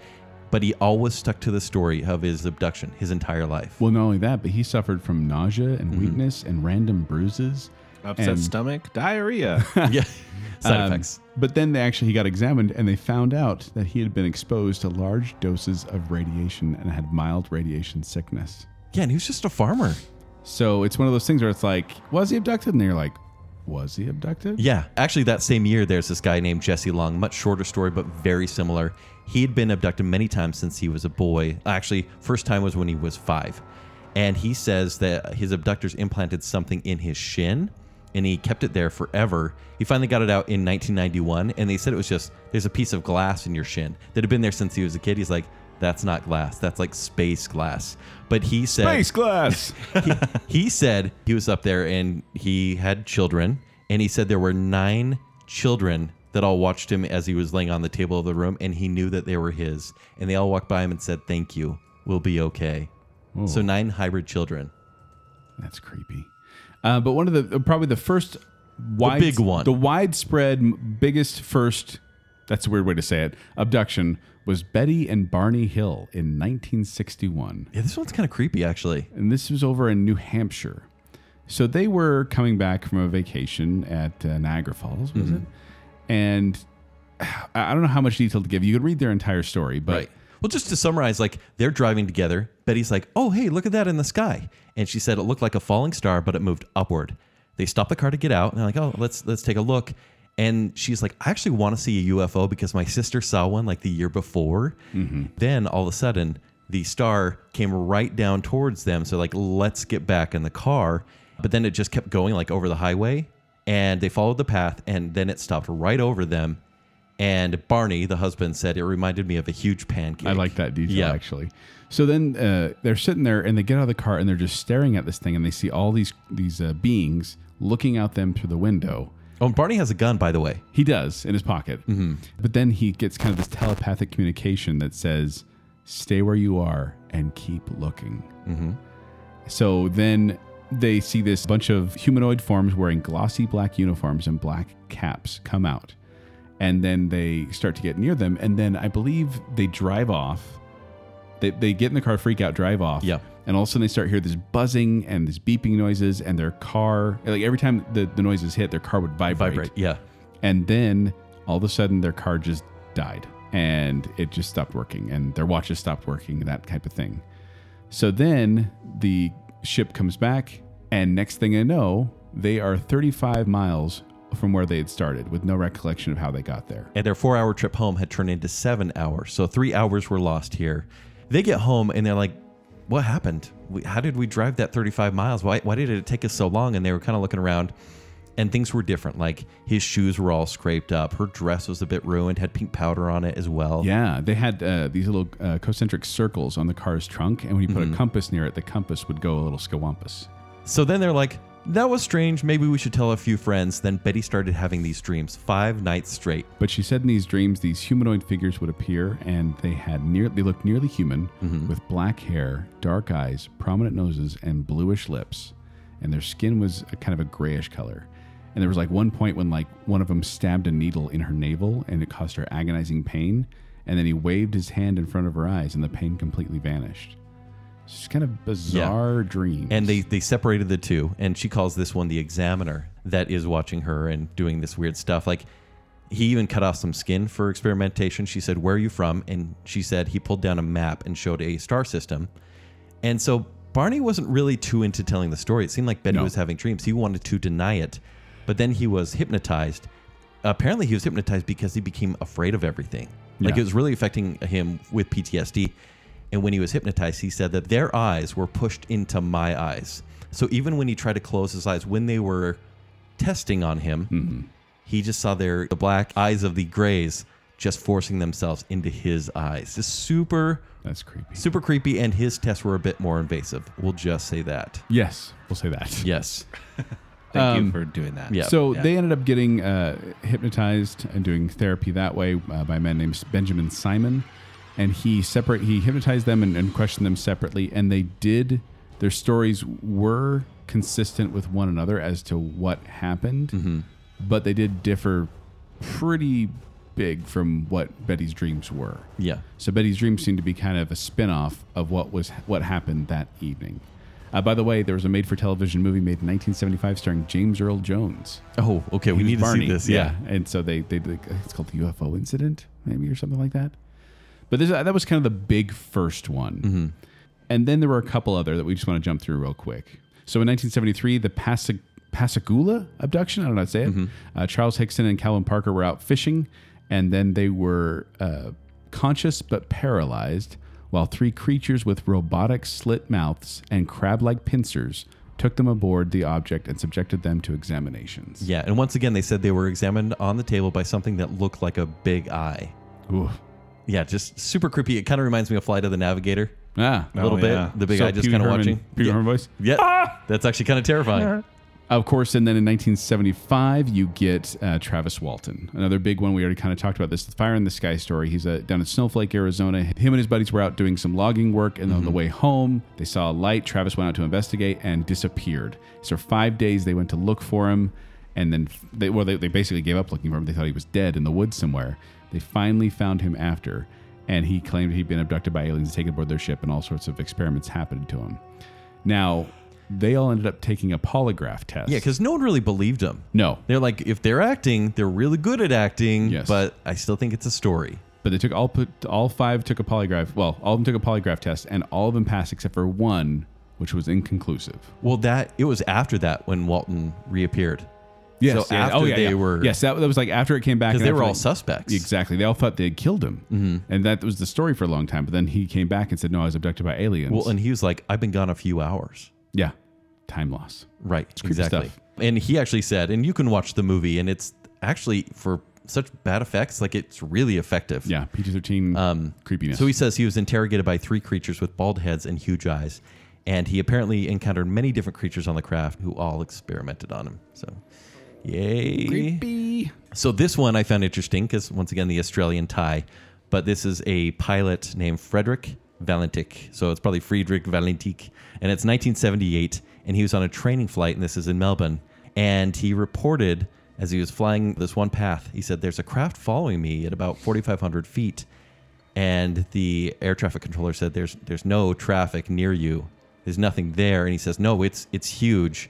but he always stuck to the story of his abduction his entire life. Well, not only that, but he suffered from nausea Mm-hmm. and weakness and random bruises. Upset And- stomach, diarrhea. yeah, side Um, effects. But then they actually he got examined and they found out that he had been exposed to large doses of radiation and had mild radiation sickness. Yeah, and he was just a farmer. So it's one of those things where it's like, was he abducted? And you're like, was he abducted? Yeah. Actually, that same year, there's this guy named Jesse Long, much shorter story, but very similar. He had been abducted many times since he was a boy. Actually, first time was when he was five. And he says that his abductors implanted something in his shin and he kept it there forever. He finally got it out in 1991. And they said it was just there's a piece of glass in your shin that had been there since he was a kid. He's like, that's not glass. That's like space glass. But he said Space glass. he, he said he was up there and he had children, and he said there were nine children that all watched him as he was laying on the table of the room, and he knew that they were his, and they all walked by him and said, "Thank you, we'll be okay." So nine hybrid children. That's creepy. Uh, but one of the probably the first wide, big one. the widespread m- biggest first. That's a weird way to say it. Abduction was Betty and Barney Hill in 1961, Yeah, this one's kind of creepy, actually. and this was over in New Hampshire. So they were coming back from a vacation at uh, Niagara Falls, Mm-hmm. was it? And I I don't know how much detail to give. You could read their entire story, but Right. Well, just to summarize, like they're driving together. Betty's like, "Oh, hey, look at that in the sky," and she said it looked like a falling star, but it moved upward. They stop the car to get out, and they're like, "Oh, let's let's take a look." And she's like, "I actually want to see a UFO because my sister saw one like the year before." Then all of a sudden, the star came right down towards them. So like, let's get back in the car. But then it just kept going like over the highway, and they followed the path, and then it stopped right over them And Barney, the husband, said it reminded me of a huge pancake. I like that detail Yeah. actually. So then uh, they're sitting there and they get out of the car and they're just staring at this thing and they see all these these uh, beings looking out them through the window. Oh, and Barney has a gun, by the way. He does in his pocket, mm-hmm. but then he gets kind of this telepathic communication that says, "Stay where you are and keep looking." Mm-hmm. So then they see this bunch of humanoid forms wearing glossy black uniforms and black caps come out, and then they start to get near them, and then I believe they drive off. They, they get in the car, freak out, drive off. Yeah. And all of a sudden, they start hear this buzzing and these beeping noises, and their car, like every time the, the noises hit, their car would vibrate. Vibrate. Yeah. And then all of a sudden, their car just died and it just stopped working and their watches stopped working, that type of thing. So then the ship comes back, and next thing I know, they are 35 miles from where they had started with no recollection of how they got there. and their four hour trip home had turned into seven hours. So three hours were lost here. They get home and they're like, what happened? We, how did we drive that 35 miles? Why, why did it take us so long? And they were kind of looking around and things were different. Like his shoes were all scraped up, her dress was a bit ruined, had pink powder on it as well. Yeah, they had uh, these little uh, concentric circles on the car's trunk, and when you put a compass near it, the compass would go a little scawampus. So then they're like, that was strange. Maybe we should tell a few friends. Then Betty started having these dreams five nights straight. But she said in these dreams, these humanoid figures would appear, and they had near they looked nearly human, Mm-hmm. with black hair, dark eyes, prominent noses, and bluish lips, and their skin was a kind of a grayish color. And there was like one point when like one of them stabbed a needle in her navel, and it caused her agonizing pain. And then he waved his hand in front of her eyes, and the pain completely vanished. It's just kind of bizarre dreams. And they, they separated the two, and she calls this one the examiner that is watching her and doing this weird stuff. Like, he even cut off some skin for experimentation. She said, Where are you from? And she said, He pulled down a map and showed a star system. And so Barney wasn't really too into telling the story. It seemed like Betty No. was having dreams. He wanted to deny it, but then he was hypnotized. Apparently, he was hypnotized because he became afraid of everything. Like Yeah. it was really affecting him with PTSD. And when he was hypnotized, he said that their eyes were pushed into my eyes. So even when he tried to close his eyes, when they were testing on him, he just saw their the black eyes of the grays just forcing themselves into his eyes. This super that's creepy. super creepy and his tests were a bit more invasive we'll just say that Yes, we'll say that. yes Thank you for doing that. yeah So they ended up getting uh, hypnotized and doing therapy that way uh, by a man named Benjamin Simon, and he separate he hypnotized them and, and questioned them separately, and they did their stories were consistent with one another as to what happened, but they did differ pretty big from what Betty's dreams were. yeah So Betty's dreams seemed to be kind of a spin-off of what was what happened that evening. Uh, by the way, there was a made-for-television movie made in 1975 starring James Earl Jones. oh okay we He need was Barney. to see this yeah, and so they they did- it's called the UFO incident, maybe or something like that. But this, that was kind of the big first one, Mm-hmm. and then there were a couple other that we just want to jump through real quick. So in 1973, the Pasig- Pascagoula abduction, I don't know how to say it. Mm-hmm. Uh, Charles Hickson and Calvin Parker were out fishing, and then they were uh, conscious but paralyzed, while three creatures with robotic slit mouths and crab-like pincers took them aboard the object and subjected them to examinations. Yeah, and once again they said they were examined on the table by something that looked like a big eye Ooh. yeah just super creepy it kind of reminds me of flight of the navigator Ah, a little Oh, bit yeah. the big So eye just Pee Wee kind of Herman- watching Pee Wee yeah, Herman Ah! voice. yeah. that's actually kind of terrifying Of course, and then in 1975, you get uh, Travis Walton, another big one. We already kind of talked about this, the Fire in the Sky story. He's uh, down in Snowflake, Arizona. Him and his buddies were out doing some logging work, and Mm-hmm. on the way home, they saw a light. Travis went out to investigate and disappeared. So five days they went to look for him, and then f- they well they, they basically gave up looking for him. They thought he was dead in the woods somewhere. They finally found him after, and he claimed he'd been abducted by aliens, taken aboard their ship, and all sorts of experiments happened to him. Now. They all ended up taking a polygraph test. yeah because no one really believed him No, they're like if they're acting they're really good at acting Yes. but i still think it's a story but they took all put all five took a polygraph. Well, all of them took a polygraph test, and all of them passed except for one, which was inconclusive. well that it was after that when walton reappeared so yeah. after Oh, yeah, they yeah. were yes, that, that was like after it came back because and they were after all suspects Mm-hmm. Exactly, they all thought they had killed him, and that was the story for a long time. But then he came back and said, "No, I was abducted by aliens." Well, and he was like, I've been gone a few hours. yeah, time loss. Right. creepy exactly. stuff. And he actually said, and you can watch the movie, and it's actually for such bad effects. Like it's really effective. Yeah, PG thirteen um, creepiness. So he says he was interrogated by three creatures with bald heads and huge eyes, and he apparently encountered many different creatures on the craft who all experimented on him. So, yay! creepy. So this one I found interesting because once again the Australian tie, but this is a pilot named Frederick Valentik. So it's probably Friedrich Valentik, and it's 1978, and he was on a training flight, and this is in Melbourne, and he reported as he was flying this one path, he said, "There's a craft following me at about 4,500 feet." and the air traffic controller said there's there's no traffic near you there's nothing there and he says no it's it's huge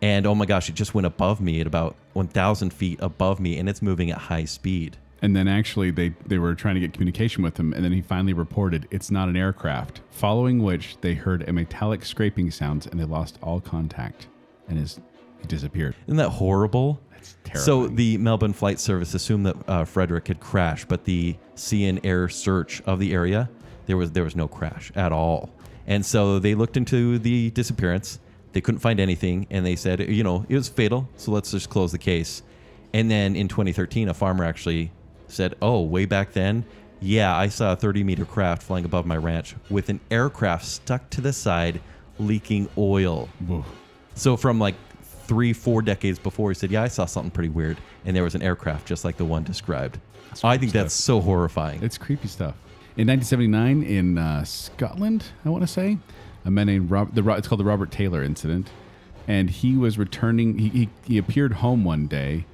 and oh my gosh it just went above me at about 1000 feet above me and it's moving at high speed And then actually, they they were trying to get communication with him, and then he finally reported it's not an aircraft. Following which, they heard a metallic scraping sounds, and they lost all contact, and his he disappeared. isn't that horrible It's so terrifying. the melbourne flight service assumed that uh, frederick had crashed but the sea and air search of the area there was there was no crash at all and so they looked into the disappearance they couldn't find anything and they said you know it was fatal so let's just close the case And then in 2013, a farmer actually said, Oh, way back then, yeah, I saw a 30 meter craft flying above my ranch with an aircraft stuck to the side leaking oil. So from like three, four decades before, he said, Yeah, I saw something pretty weird. And there was an aircraft just like the one described. I think that's so horrifying. It's creepy stuff. In 1979, in uh, Scotland, I want to say, a man named Rob. The, Ro- it's called the Robert Taylor incident, and he was returning. He, he he appeared home one day,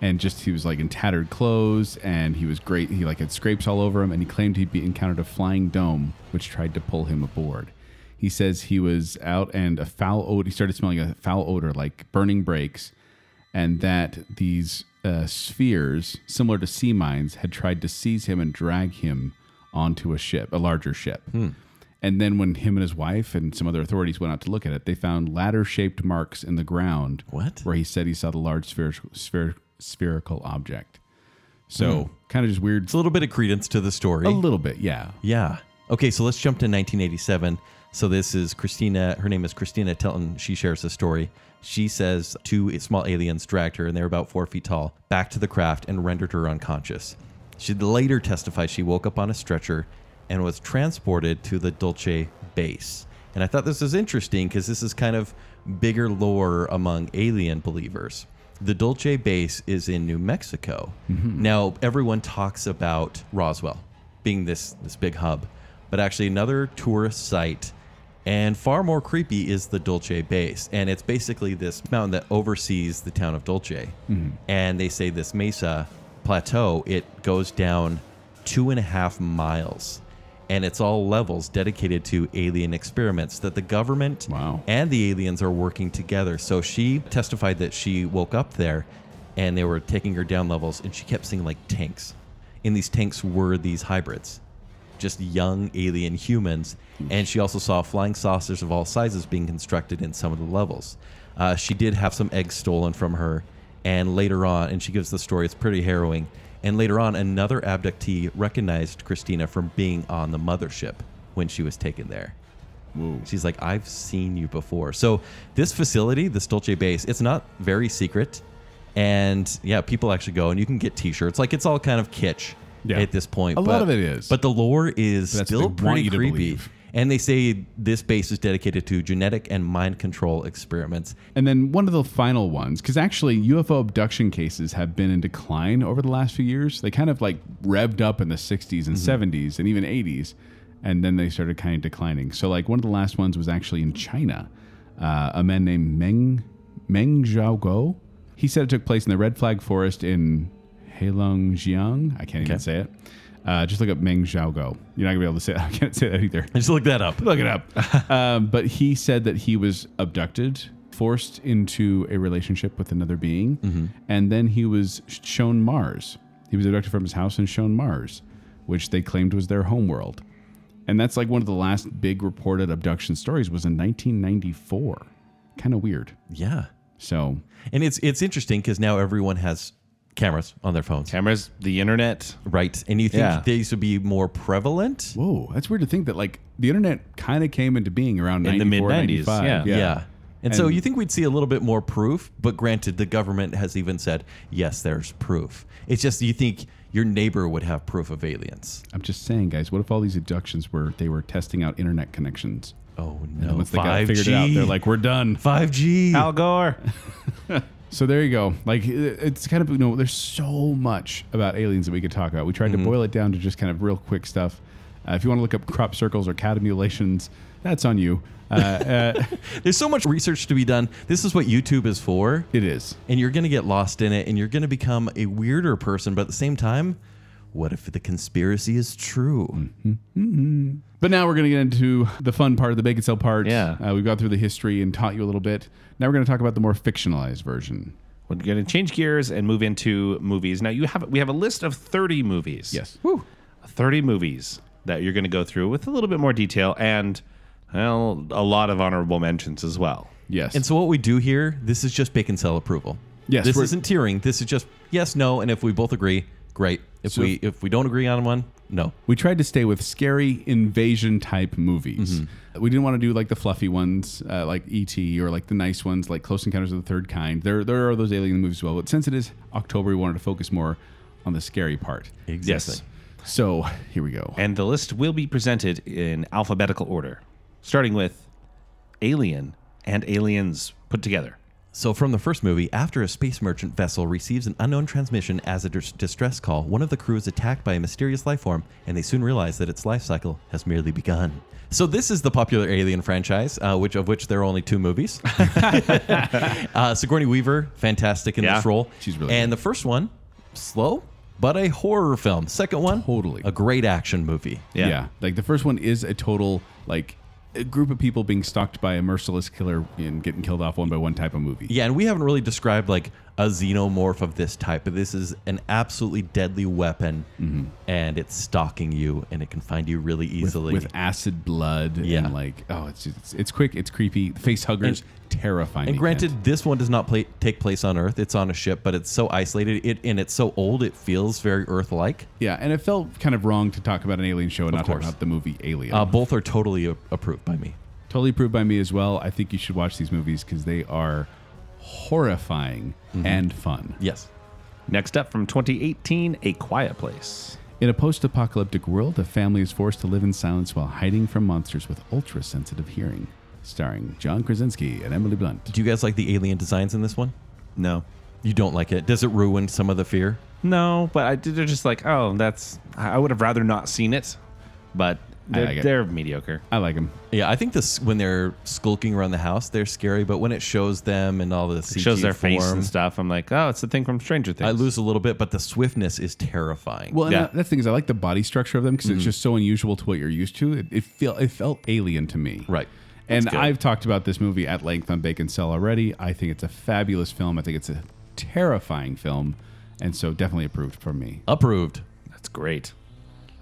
and just he was like in tattered clothes, and he was great. He like had scrapes all over him, and he claimed he'd be encountered a flying dome which tried to pull him aboard. He says he was out and a foul odor. He started smelling a foul odor like burning brakes, and that these uh, spheres, similar to sea mines, had tried to seize him and drag him onto a ship, a larger ship. Hmm. And then when him and his wife and some other authorities went out to look at it, they found ladder-shaped marks in the ground. What? Where he said he saw the large spher- spher- spherical object. So kind of just weird. Hmm. It's a little bit of credence to the story. A little bit, yeah. Yeah. Okay, so let's jump to 1987. So this is Christina. Her name is Christina Tilton. She shares this story. She says two small aliens dragged her, and they're about four feet tall, back to the craft and rendered her unconscious. She later testified she woke up on a stretcher and was transported to the Dulce base. And I thought this was interesting because this is kind of bigger lore among alien believers. The Dulce base is in New Mexico. Now, everyone talks about Roswell being this this big hub, but actually another tourist site and far more creepy is the Dolce base. And it's basically this mountain that oversees the town of Dolce. And they say this mesa plateau, it goes down two and a half miles. And it's all levels dedicated to alien experiments that the government Wow. and the aliens are working together. So she testified that she woke up there and they were taking her down levels and she kept seeing like tanks. In these tanks were these hybrids, just young alien humans. And she also saw flying saucers of all sizes being constructed in some of the levels. Uh, she did have some eggs stolen from her. And later on, and she gives the story, it's pretty harrowing. And later on, another abductee recognized Christina from being on the mothership when she was taken there. She's like, I've seen you before. So this facility, the Stolce base, it's not very secret. And yeah, people actually go and you can get t-shirts. Like it's all kind of kitsch Yeah. at this point. A lot but- of it is. But the lore is But that's what still they want pretty you to creepy. believe. And they say this base is dedicated to genetic and mind control experiments. And then one of the final ones, because actually UFO abduction cases have been in decline over the last few years. They kind of like revved up in the 60s and 70s and even 80s, and then they started kind of declining. So, like, one of the last ones was actually in China. Uh, a man named Meng, Meng Zhaoguo. He said it took place in the Red Flag Forest in Heilongjiang. I can't even say it. Uh, just look up Meng Zhaoguo. You're not going to be able to say it. I can't say that either. Just look that up. Look it up. um, but he said that he was abducted, forced into a relationship with another being, and then he was shown Mars. He was abducted from his house and shown Mars, which they claimed was their homeworld. And that's like one of the last big reported abduction stories was in 1994. Kind of weird. Yeah. So And it's it's interesting because now everyone has cameras on their phones. Cameras, the internet. Right. And you think Yeah. these would be more prevalent? whoa, that's weird to think that like the internet kind of came into being around In the 94, mid-nineties, 95. yeah. yeah. And, so you think we'd see a little bit more proof, but granted, the government has even said, yes, there's proof. It's just you think your neighbor would have proof of aliens. I'm just saying, guys. What if all these abductions were they were testing out internet connections? Oh, And no. once they got it figured out, they're like, we're done. 5G. Al Gore. So there you go. Like it- it's kind of you know, there's so much about aliens that we could talk about. We tried to boil it down to just kind of real quick stuff. Uh, if you want to look up crop circles or catamulations, that's on you. Uh, uh, There's so much research to be done. This is what YouTube is for. it is. and you're going to get lost in it and you're going to become a weirder person. But at the same time, what if the conspiracy is true? Mm. But now we're going to get into the fun part of the bacon cell part. Yeah. Uh, we've gone through the history and taught you a little bit. Now we're going to talk about the more fictionalized version. We're going to change gears and move into movies. Now you have we have a list of 30 movies. Yes. 30 movies that you're going to go through with a little bit more detail and well, a lot of honorable mentions as well. Yes. And so what we do here, this is just bacon cell approval. Yes, this we're- isn't tiering. This is just yes, no, and if we both agree, great. If So- we if we don't agree on one, no. we tried to stay with scary invasion type movies. Mm-hmm. We didn't want to do like the fluffy ones, uh, like E.T., or like the nice ones, like Close Encounters of the Third Kind. There, there are those alien movies as well. But since it is October, we wanted to focus more on the scary part. Exactly. So here we go. And the list will be presented in alphabetical order, starting with Alien and Aliens put together. So, from the first movie, after a space merchant vessel receives an unknown transmission as a dis- distress call, one of the crew is attacked by a mysterious life form, and they soon realize that its life cycle has merely begun. So, this is the popular Alien franchise, uh, which of which there are only two movies. uh, Sigourney Weaver, fantastic in Yeah, this role. she's really And the first one, slow, but a horror film. Second one, Totally. a great action movie. Yeah. Like the first one is a total like a group of people being stalked by a merciless killer and getting killed off one by one type of movie. Yeah, and we haven't really described like a xenomorph of this type, but this is an absolutely deadly weapon, Mm-hmm. and it's stalking you, and it can find you really easily. With acid blood Yeah. and like oh it's, it's it's quick it's creepy face huggers terrifying and to granted, get. this one does not play, take place on Earth; it's on a ship, but it's so isolated, it and it's so old, it feels very Earth-like. yeah and it felt kind of wrong to talk about an alien show and not course. talk about the movie Alien Mm-hmm. Uh, both are totally a- approved by me. totally approved by me as well I think you should watch these movies because they are horrifying and fun Yes. Next up from 2018, A Quiet Place. in a post-apocalyptic world a family is forced to live in silence while hiding from monsters with ultra-sensitive hearing starring John Krasinski and Emily Blunt Do you guys like the alien designs in this one? No. You don't like it? Does it ruin some of the fear? No, but I, they're just like, oh, that's. I would have rather not seen it, but I they're, like it. they're mediocre. I like him Yeah, I think this when they're skulking around the house, they're scary. But when it shows them and all the CG It shows their form, face and stuff. I'm like, oh, it's the thing from Stranger Things. I lose a little bit, but the swiftness is terrifying. Well, and Yeah. that, that's the thing is, I like the body structure of them because it's just so unusual to what you're used to. It, it feel it felt alien to me, Right. And That's good. I've talked about this movie at length on Bacon Cell already. I think it's a fabulous film. I think it's a terrifying film, and so definitely approved from me. approved. That's great.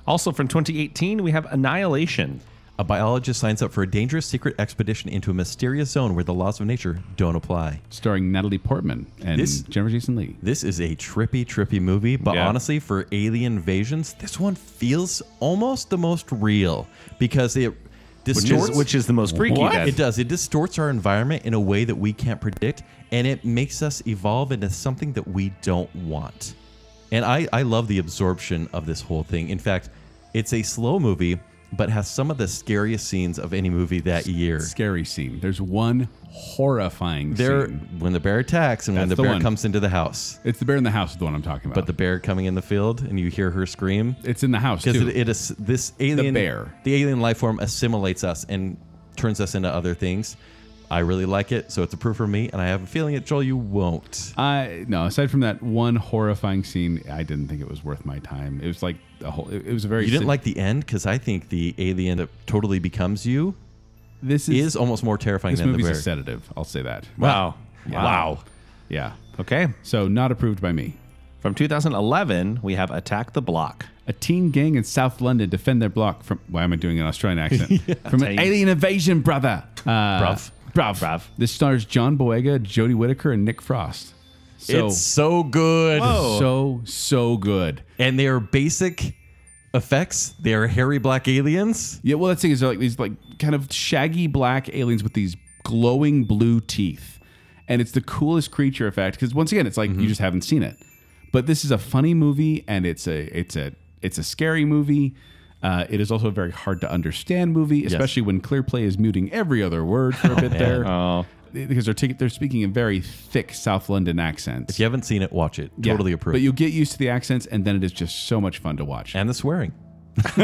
Also from 2018, we have Annihilation. A biologist signs up for a dangerous secret expedition into a mysterious zone where the laws of nature don't apply. Starring Natalie Portman and This- Jennifer Jason Lee. This is a trippy, trippy movie, but Yeah. honestly, for alien invasions, this one feels almost the most real because it Which distorts. is, which is the most freaky. What? then. It does. It distorts our environment in a way that we can't predict, and it makes us evolve into something that we don't want. And I, I love the absorption of this whole thing. In fact, it's a slow movie, but has some of the scariest scenes of any movie that year. Scary scene. There's one horrifying There, scene. when the bear attacks and when That's the the bear one. comes into the house, It's the bear in the house is the one I'm talking about. but the bear coming in the field and you hear her scream it's in the house because too. it, it is this alien bear. the alien life form assimilates us and turns us into other things. I really like it, so it's approved for me, and I have a feeling that Joel, you won't. I no. Aside from that one horrifying scene, I didn't think it was worth my time. It was like a whole. It, it was a very. You didn't si- like the end because I think the alien that totally becomes you this is almost more terrifying This than the movie's bear. a sedative. I'll say that. Wow. Yeah. Wow. Yeah. Okay. So not approved by me. From 2011, we have Attack the Block. A teen gang in South London defend their block from. Why am I doing an Australian accent? From an Teen. alien invasion, brother. Uh, Bruv. Bruv. Bruv. This stars John Boyega, Jodie Whittaker, and Nick Frost. So it's so good, so so good. and they are basic effects. They are hairy black aliens. Yeah. Well, that's the thing is they're like these like kind of shaggy black aliens with these glowing blue teeth. And it's the coolest creature effect because once again, it's like Mm-hmm. you just haven't seen it. But this is a funny movie, and it's a it's a it's a scary movie. Uh, it is also a very hard to understand movie, especially when clear play is muting every other word Oh, for a bit there, because they're taking they're speaking in very thick South London accents. If you haven't seen it, watch it. Yeah. Totally approved. But you'll get used to the accents, and then it is just so much fun to watch. and the swearing.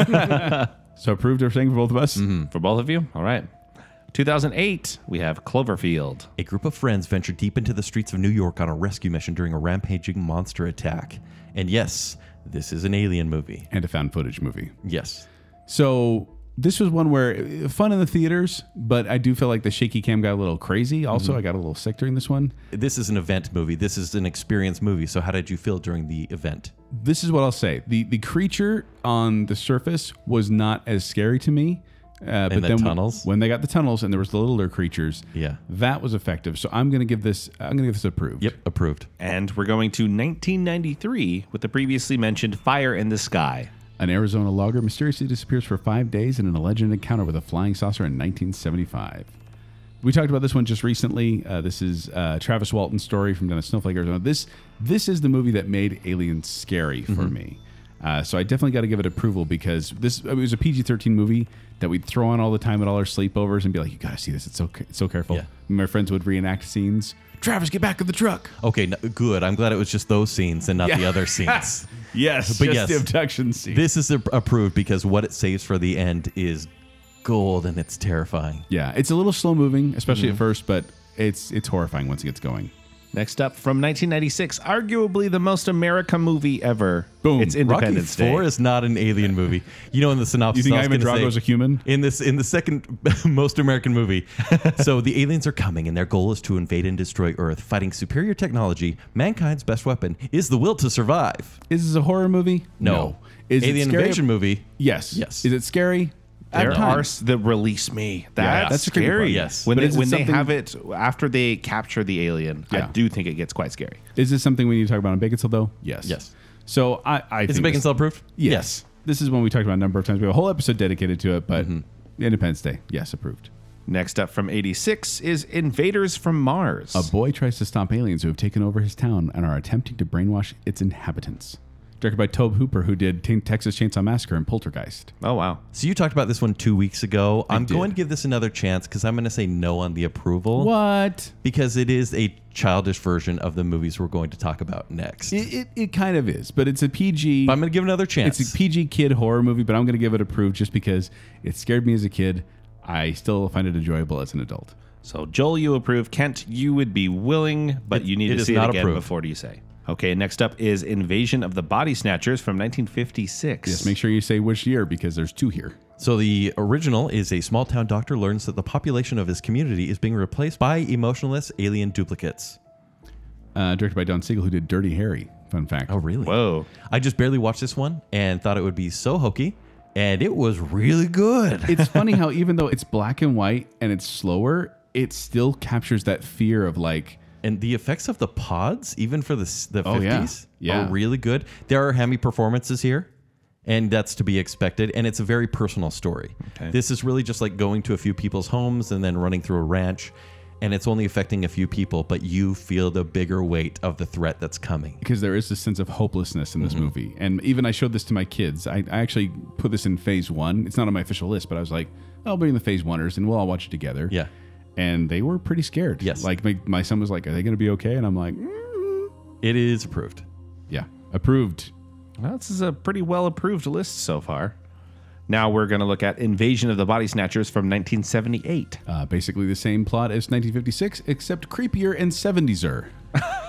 so approved or saying for both of us. Mm-hmm. For both of you? All right. 2008, we have Cloverfield. A group of friends venture deep into the streets of New York on a rescue mission during a rampaging monster attack. And yes, this is an alien movie. And a found footage movie. Yes. So this was one where uh, fun in the theaters, but I do feel like the shaky cam got a little Mm-hmm. crazy. Also, I got a little sick during this one. This is an event movie. This is an experience movie. So, how did you feel during the event? This is what I'll say: the the creature on the surface was not as scary to me. Uh, but the then when- tunnels? when they got the tunnels and there was the littler creatures, Yeah. that was effective. So I'm gonna give this I'm gonna give this approved. Yep, approved. And we're going to 1993 with the previously mentioned Fire in the Sky. An Arizona logger mysteriously disappears for five days in an alleged encounter with a flying saucer in 1975. We talked about this one just recently. Uh, this is uh, Travis Walton's story from down in Snowflake, Arizona. This this is the movie that made Aliens scary for Mm-hmm. me. Uh, so I definitely got to give it approval because this it was a PG-13 movie that we'd throw on all the time at all our sleepovers and be like, "You got to see this. It's so ca- it's so careful." Yeah. My friends would reenact scenes. Travis, get back in the truck. Okay, no, good. I'm glad it was just those scenes and not the other scenes. Yes, But just yes. the abduction scene. this is a- approved because what it saves for the end is gold and it's terrifying. Yeah, it's a little slow moving, especially Mm-hmm. at first, but it's it's horrifying once it gets going. Next up from 1996, arguably the most America movie ever. Boom. It's Independence Rocky Day. Four is not an alien movie. You know, in the synopsis, You think I was Ivan gonna Drago's say- a human? In this, in the second most American movie, so the aliens are coming, and their goal is to invade and destroy Earth. Fighting superior technology, mankind's best weapon is the will to survive. Is this a horror movie? No, Is alien it scary? invasion movie. Yes. Yes. Is it scary? At There are times. s- the release me. That's, that's the creepy part, scary. yes. When, But they, is it when they something- have it after they capture the alien, I Yeah. do think it gets quite scary. Is this something we need to talk about on Bacon Cell though? Yes. Yes. So I, I Is think it Bacon this- Cell approved? Yes. This is one we talked about a number of times. We have a whole episode dedicated to it, but Mm-hmm. Independence Day, yes, approved. Next up from 86 is Invaders from Mars. A boy tries to stop aliens who have taken over his town and are attempting to brainwash its inhabitants. Directed by Tobe Hooper, who did Te- Texas Chainsaw Massacre and Poltergeist. oh, wow. So you talked about this one two weeks ago. I am did. going to give this another chance because I'm going to say no on the approval What? because it is a childish version of the movies we're going to talk about next. It, it, it kind of is, but it's a PG. But I'm going to give it another chance. it's a PG kid horror movie, but I'm going to give it approved just because it scared me as a kid. I still find it enjoyable as an adult. So, Joel, you approve. Kent, you would be willing, but It- you need it to is see not it again approved. before you say. Okay, next up is Invasion of the Body Snatchers from 1956. Just make sure you say which year because there's two here. So the original is a small town doctor learns that the population of his community is being replaced by emotionless alien duplicates. Uh, directed by Don Siegel, who did Dirty Harry. Fun fact. Oh, really? Whoa. I just barely watched this one and thought it would be so hokey, and it was really good. it's funny how even though it's black and white and it's slower, it still captures that fear of like And the effects of the pods, even for the s- the Oh, yeah. fifties, Yeah. are really good. There are hammy performances here, and that's to be expected. And it's a very personal story. This is really just like going to a few people's homes and then running through a ranch, and it's only affecting a few people, but you feel the bigger weight of the threat that's coming. because there is this sense of hopelessness in this Mm-hmm. movie. And even I showed this to my kids. I, I actually put this in phase one. It's not on my official list, but I was like, "Oh, I'll bring the phase oneers and we'll all watch it together. Yeah. And they were pretty scared. Yes. Like my, my son was like, Are they going to be okay? And I'm like, "Mm." It is approved. Yeah, approved. Well, this is a pretty well approved list so far. Now we're going to look at Invasion of the Body Snatchers from 1978. Uh, basically the same plot as 1956, except creepier and 70s-er.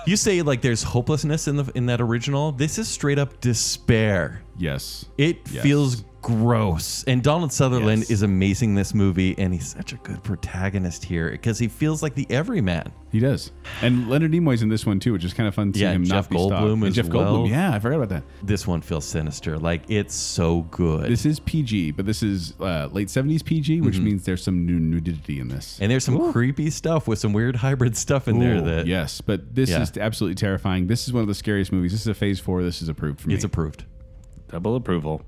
You say like there's hopelessness in the in that original. This is straight up despair. Yes. It Yes. feels gross. And Donald Sutherland Yes. is amazing in this movie, and he's such a good protagonist here because he feels like the everyman. He does. And Leonard Nimoy's in this one too, which is kind of fun seeing Yeah, him and not Jeff be stopped. Goldblum And as Jeff well. Goldblum. Yeah, I forgot about that. This one feels sinister. Like it's so good. This is PG, but this is uh, late 70s PG, which means there's some new nudity in this. Mm-hmm. and there's some creepy stuff with some weird hybrid stuff in there Ooh, that yes, but this Yeah. is absolutely terrifying. This is one of the scariest movies. This is a phase four. This is approved for me. it's approved. Double approval.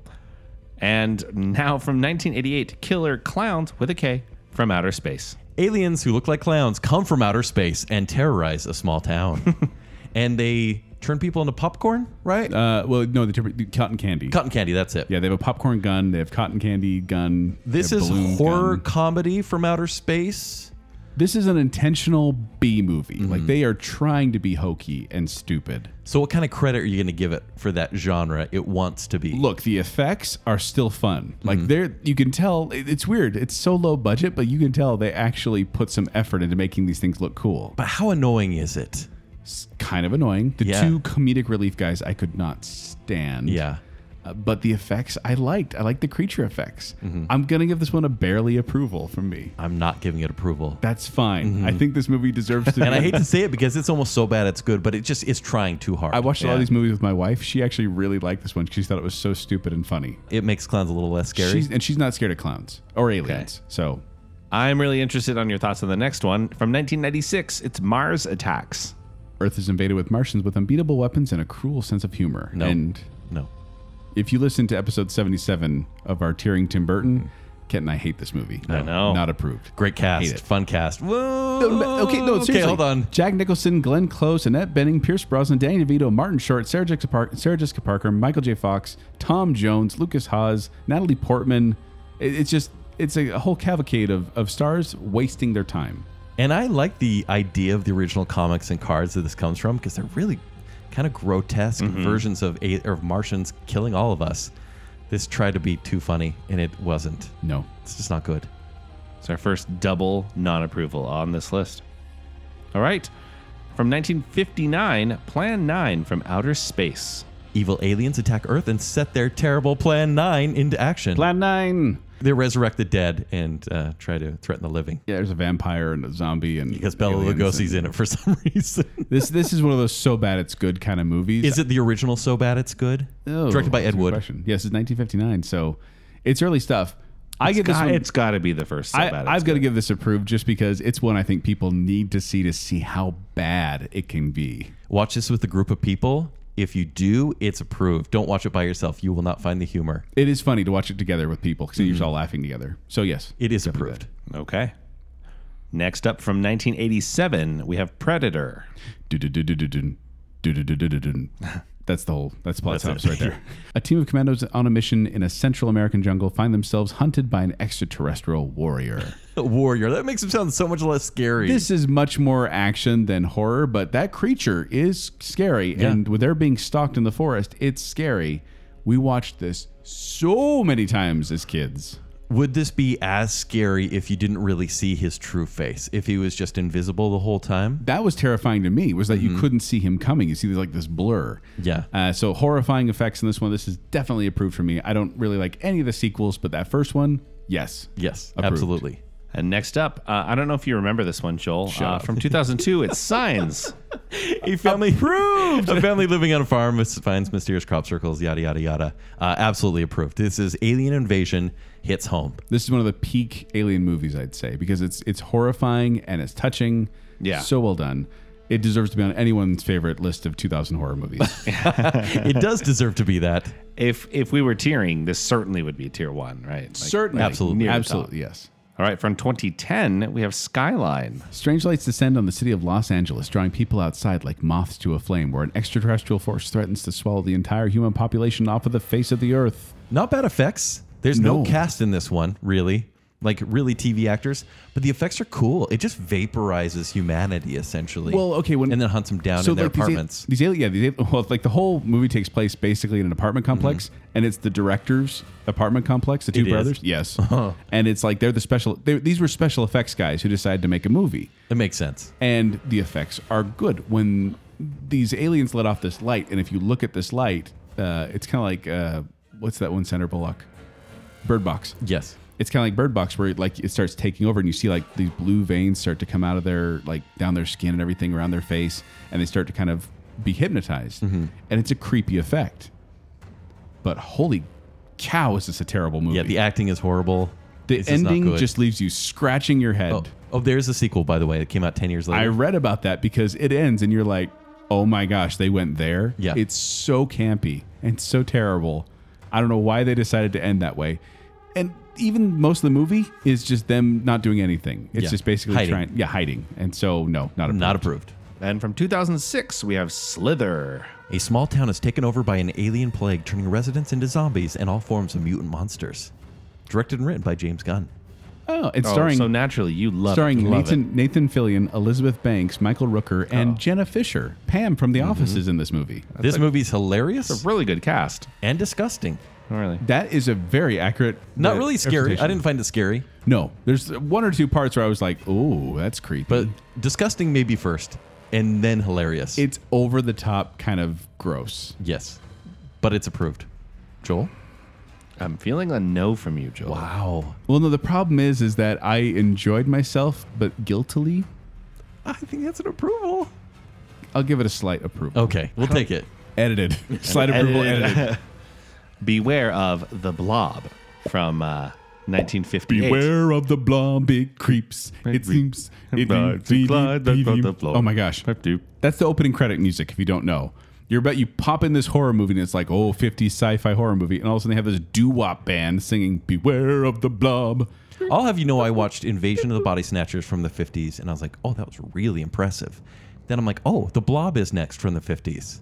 And now from 1988, Killer Clowns with a K from Outer Space. aliens who look like clowns come from outer space and terrorize a small town. and they turn people into popcorn, right? Uh, well, no, the, the cotton candy. Cotton candy, that's it. yeah, they have a popcorn gun. They have cotton candy gun. they This have is balloon horror gun. comedy from outer space. This is an intentional B movie. Mm-hmm. Like they are trying to be hokey and stupid. So, what kind of credit are you going to give it for that genre it wants to be? Look, the effects are still fun. Mm-hmm. Like they're you can tell it- it's weird. It's so low budget, but you can tell they actually put some effort into making these things look cool. But how annoying is it? It's kind of annoying. The Yeah. two comedic relief guys I could not stand. Yeah. Uh, but the effects I liked. I liked the creature effects. Mm-hmm. I'm gonna give this one a barely approval from me. I'm not giving it approval. That's fine. I think this movie deserves to. Mm-hmm. and I be- hate to say it because it's almost so bad it's good, but it just is trying too hard. I watched a lot Yeah. of these movies with my wife. She actually really liked this one. She thought it was so stupid and funny. It makes clowns a little less scary. She's, and she's not scared of clowns or aliens. So I'm really interested on your thoughts on the next one from 1996. It's Mars Attacks. Earth is invaded with Martians with unbeatable weapons and a cruel sense of humor. No. And no. if you listen to episode 77 of our Tearing Tim Burton, Kent and I hate this movie. I know. Not approved. Great Hate cast. it. Fun cast. Whoa. Okay, no, seriously. Okay, hold on. Jack Nicholson, Glenn Close, Annette Benning, Pierce Brosnan, Danny DeVito, Martin Short, Sarah Jessica, Park- Sarah Jessica Parker, Michael J. Fox, Tom Jones, Lucas Haas, Natalie Portman. It- it's just, it's a whole cavalcade of, of stars wasting their time. And I like the idea of the original comics and cards that this comes from because they're really kind of grotesque Mm-hmm. versions of a- or of Martians killing all of us. This tried to be too funny and it wasn't. No. It's just not good. It's our first double non approval on this list. All right. From 1959, Plan 9 from Outer Space. Evil aliens attack Earth and set their terrible Plan 9 into action. Plan 9. they resurrect the dead and uh, try to threaten the living. Yeah, there's a vampire and a zombie and Because Bella aliens Lugosi's and- in it for some reason. This this is one of those so bad it's good kind of movies. Is it the original so bad it's good? Oh, Directed by that's a Ed good Wood. question. Yes, it's 1959, so it's early stuff. I give this God, one. it's got to be the first. So I, bad I've it's got to good. give this approved just because it's one I think people need to see to see how bad it can be. Watch this with a group of people. If you do, it's approved. Don't watch it by yourself. You will not find the humor. It is funny to watch it together with people because you're just all laughing together. So yes, Mm-hmm. It is approved. Okay. Next up from 1987, we have Predator. Du-du-du-du-du-dun. Du-du-du-du-du-dun. That's the whole. That's plot synopsis right there. A team of commandos on a mission in a Central American jungle find themselves hunted by an extraterrestrial warrior. Warrior. That makes him sound so much less scary. This is much more action than horror, but that creature is scary. Yeah. And with their being stalked in the forest, it's scary. We watched this so many times as kids. Would this be as scary if you didn't really see his true face? If he was just invisible the whole time? That was terrifying to me was that you couldn't see him coming. You see there's like this blur. Mm-hmm. Yeah. Uh, so horrifying effects in this one. This is definitely approved for me. I don't really like any of the sequels, but that first one, yes. Yes, Approved. absolutely. And next up, uh, I don't know if you remember this one, Joel. Uh, from 2002, it's Signs. A family approved. A family living on a farm mis- finds mysterious crop circles. Yada yada yada. Uh, absolutely approved. This is alien invasion hits home. This is one of the peak alien movies, I'd say, because it's it's horrifying and it's touching. Yeah. So well done. It deserves to be on anyone's favorite list of 2000 horror movies. It does deserve to be that. If if we were tiering, this certainly would be tier one, right? Like- Certainly. Absolutely. near the Absolutely, yes. all right, from 2010, we have Skyline. Strange lights descend on the city of Los Angeles, drawing people outside like moths to a flame, where an extraterrestrial force threatens to swallow the entire human population off of the face of the earth. Not bad effects. There's no. No. cast in this one, really. Like really TV actors, but the effects are cool. It just vaporizes humanity essentially. Well, okay, when- and then hunts them down in their like, these al- apartments. These, ali- yeah, these, al- well, like the whole movie takes place basically in an apartment complex, and it's the director's apartment complex, the two Mm-hmm. It is. Uh-huh. brothers. Yes, and it's like they're the special. They, these were special effects guys who decided to make a movie, it makes sense. and the effects are good. When these aliens let off this light, and if you look at this light, uh, it's kind of like uh, what's that one center block? Bird Box. Yes. It's kind of like Bird Box, where like it starts taking over, and you see like these blue veins start to come out of their like down their skin and everything around their face, and they start to kind of be hypnotized, Mm-hmm. and it's a creepy effect. But holy cow, is this a terrible movie? Yeah, the acting is horrible. The This is not ending good. just leaves you scratching your head. Oh, oh, there's a sequel by the way. It came out 10 years later. I read about that because it ends, and you're like, oh my gosh, they went there. Yeah. it's so campy and so terrible. I don't know why they decided to end that way, and even most of the movie is just them not doing anything. It's Yeah. just basically Hiding. trying, yeah, hiding. And so, no, not a Not approved. And from 2006, we have Slither. A small town is taken over by an alien plague, turning residents into zombies and all forms of mutant monsters. Directed and written by James Gunn. Oh, it's Oh, starring so naturally, you love it. starring Love Nathan it. Nathan Fillion, Elizabeth Banks, Michael Rooker, Oh. and Jenna Fisher. Pam from Mm-hmm. The Office is in this movie. this movie's hilarious It's a really good cast. and disgusting. Oh, Really. That is a very accurate. Not uh, really scary. I representation. didn't find it scary, No, there's one or two parts where I was like, "Oh, that's creepy," but disgusting maybe first and then hilarious. it's over the top, kind of gross. yes. But it's approved. Joel? I'm feeling a no from you, Joel. Wow. Well, no, the problem is, is that I enjoyed myself, but guiltily, I think that's an approval. I'll give it a slight approval. Okay, we'll take it. Edited, slight approval, Edited. edited. Beware of the Blob from uh, 1958. Beware of the blob, it creeps. It seems. It oh my gosh. That's the opening credit music, if you don't know. You're about you pop in this horror movie and it's like, oh, 50 sci fi horror movie. And all of a sudden they have this doo wop band singing, Beware of the Blob. I'll have you know I watched Invasion of the Body Snatchers from the 50s and I was like, oh, that was really impressive. Then I'm like, oh, The Blob is next from the 50s.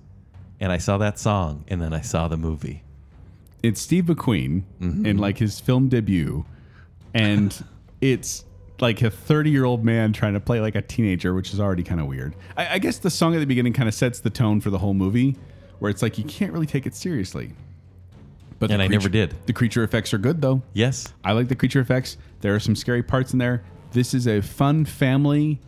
And I saw that song and then I saw the movie. It's Steve McQueen Mm-hmm. in like his film debut. And it's like a 30 year old man trying to play like a teenager, which is already kind of weird. I, I guess the song at the beginning kind of sets the tone for the whole movie where it's like you can't really take it seriously. But the And I never creature- did. The creature effects are good though. Yes. I like the creature effects. There are some scary parts in there. This is a fun family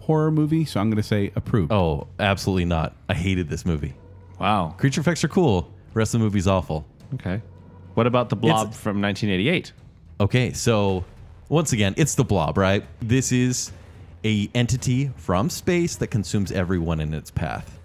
horror movie, so I'm going to say approved. Oh, absolutely not. I hated this movie. Wow. Creature effects are cool. Rest of the movie's awful. Okay. What about the Blob It's- from 1988? Okay, so once again, it's the blob, right? This is a entity from space that consumes everyone in its path.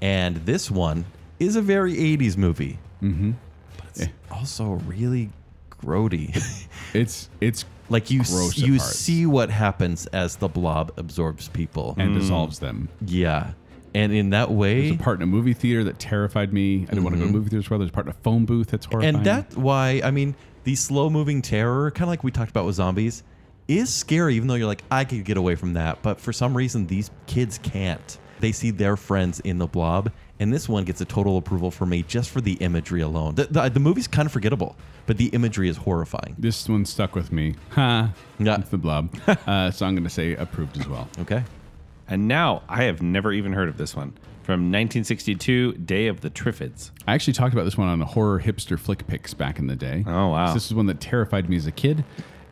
And this one is a very 80s movie. Mm-hmm. But it's also really grody. It's it's like you s- Gross at you parts. see what happens as the blob absorbs people. and Mm. dissolves them. yeah. And in that way There's a part in a movie theater that terrified me. I didn't want to go to movie theaters. Where there's a part in a phone booth that's horrifying. And that's why, I mean, the slow moving terror, kind of like we talked about with zombies, is scary, even though you're like, I could get away from that. But for some reason, these kids can't. They see their friends in the blob. And this one gets a total approval for me just for the imagery alone. The, the, the movie's kind of forgettable, but the imagery is horrifying. this one stuck with me. Ha! Yeah. It's the blob. uh, so I'm going to say approved as well. Okay. And now I have never even heard of this one from 1962, Day of the Triffids. I actually talked about this one on horror hipster flick picks back in the day. Oh, wow. This is one that terrified me as a kid.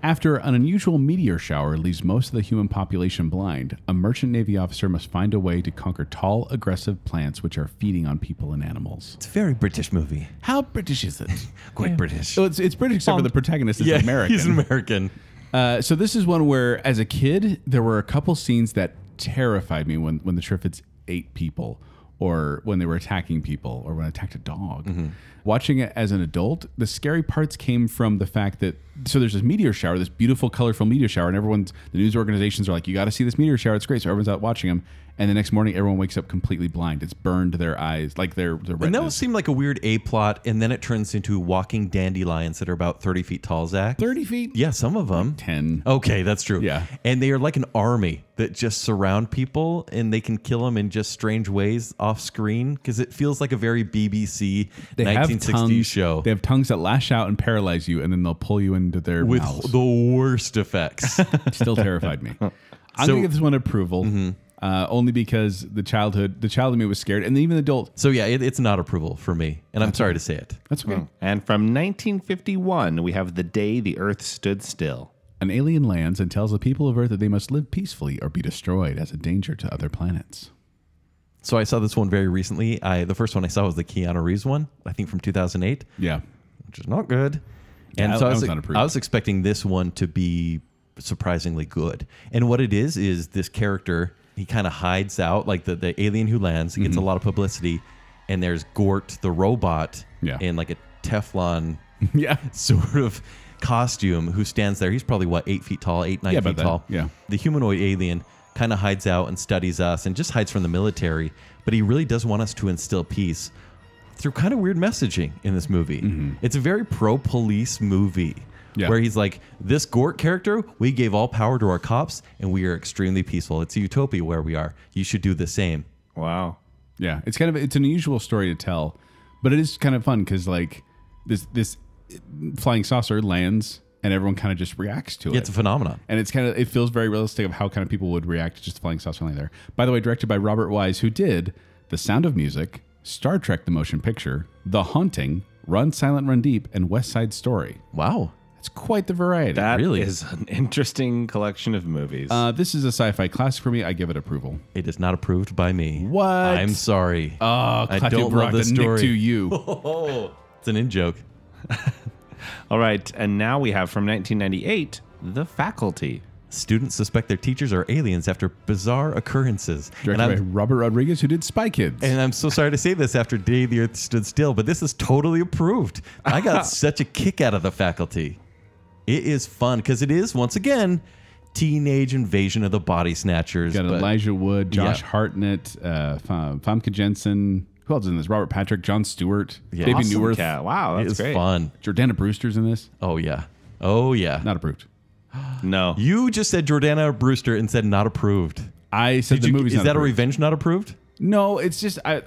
After an unusual meteor shower leaves most of the human population blind, a merchant navy officer must find a way to conquer tall, aggressive plants which are feeding on people and animals. It's a very British movie. How British is it? Quite British. well, it's, it's British except for the protagonist is American. Oh, He's American. Uh, so this is one where, as a kid, there were a couple scenes that terrified me when when the Triffids ate people, or when they were attacking people, or when I attacked a dog. Watching it as an adult, the scary parts came from the fact that so there's this meteor shower, this beautiful, colorful meteor shower, and everyone's the news organizations are like, "You got to see this meteor shower; it's great." So everyone's out watching them, and the next morning, everyone wakes up completely blind. It's burned their eyes, like their their And that retinas. would seem like a weird A plot, and then it turns into walking dandelions that are about 30 feet tall, Zach. Thirty feet, Yeah, some of them. ten. Okay, that's true. Yeah. And they are like an army that just surround people and they can kill them in just strange ways off screen because it feels like a very BBC They have 1960s tongues- show They have tongues that lash out and paralyze you, and then they'll pull you into their with mouths. the worst effects. still terrified me. I'm So- Mm-hmm. gonna give this one approval, uh, only because the childhood, the child in me was scared, and even the adult. so, yeah, it, it's not approval for me. And I'm sorry to say it. That's okay. And from 1951, we have The Day the Earth Stood Still. An alien lands and tells the people of Earth that they must live peacefully or be destroyed as a danger to other planets. So, I saw this one very recently. I The first one I saw was the Keanu Reeves one, I think from 2008. Yeah, which is not good. And Yeah, so I that was, was not approved. I was expecting this one to be surprisingly good. And what it is is this character he kind of hides out like the, the alien who lands he gets Mm-hmm. a lot of publicity, and there's Gort the robot Yeah. in like a Teflon yeah. sort of costume who stands there. He's probably what eight feet tall, eight nine Yeah, about feet that. tall. Yeah. The humanoid alien kind of hides out and studies us and just hides from the military, but he really does want us to instill peace through kind of weird messaging in this movie. It's a very pro police movie Mm-hmm. Yeah. where he's like, "This Gort character, we gave all power to our cops, and we are extremely peaceful. It's a utopia where we are. You should do the same." Wow. Yeah, it's kind of it's an unusual story to tell, but it is kind of fun because like this this flying saucer lands and everyone kind of just reacts to it. It's a phenomenon. and it's kind of it feels very realistic of how kind of people would react to just flying saucer landing there. By the way, directed by Robert Wise, who did The Sound of Music, Star Trek: The Motion Picture, The Haunting, Run Silent, Run Deep, and West Side Story. Wow. That's quite the variety. That is Really? an interesting collection of movies. uh, this is a sci-fi classic for me. I give it approval. It is not approved by me. What? I'm sorry. Oh, I don't love this story. to you. oh, it's an in joke. All right, and now we have from 1998, The Faculty. Students suspect their teachers are aliens after bizarre occurrences. And Directed by I'm, Robert Rodriguez, who did Spy Kids. and I'm so sorry to say this after Day the Earth Stood Still, but this is totally approved. I got such a kick out of the faculty. It is fun because it is, once again, teenage invasion of the body snatchers. Got but Elijah Wood, Josh Yeah. Hartnett, uh, Fa- Famke Jensen. Who else is in this? Robert Patrick, John Stewart, Yeah. David Awesome Newirth, cat. Wow, It that's is great. fun. Jordana Brewster's in this. Oh, yeah. Oh, yeah. Not approved. No. you just said Jordana Brewster and said not approved. I said Did the you- movie's is not that a approved. revenge not approved? No, it's just I,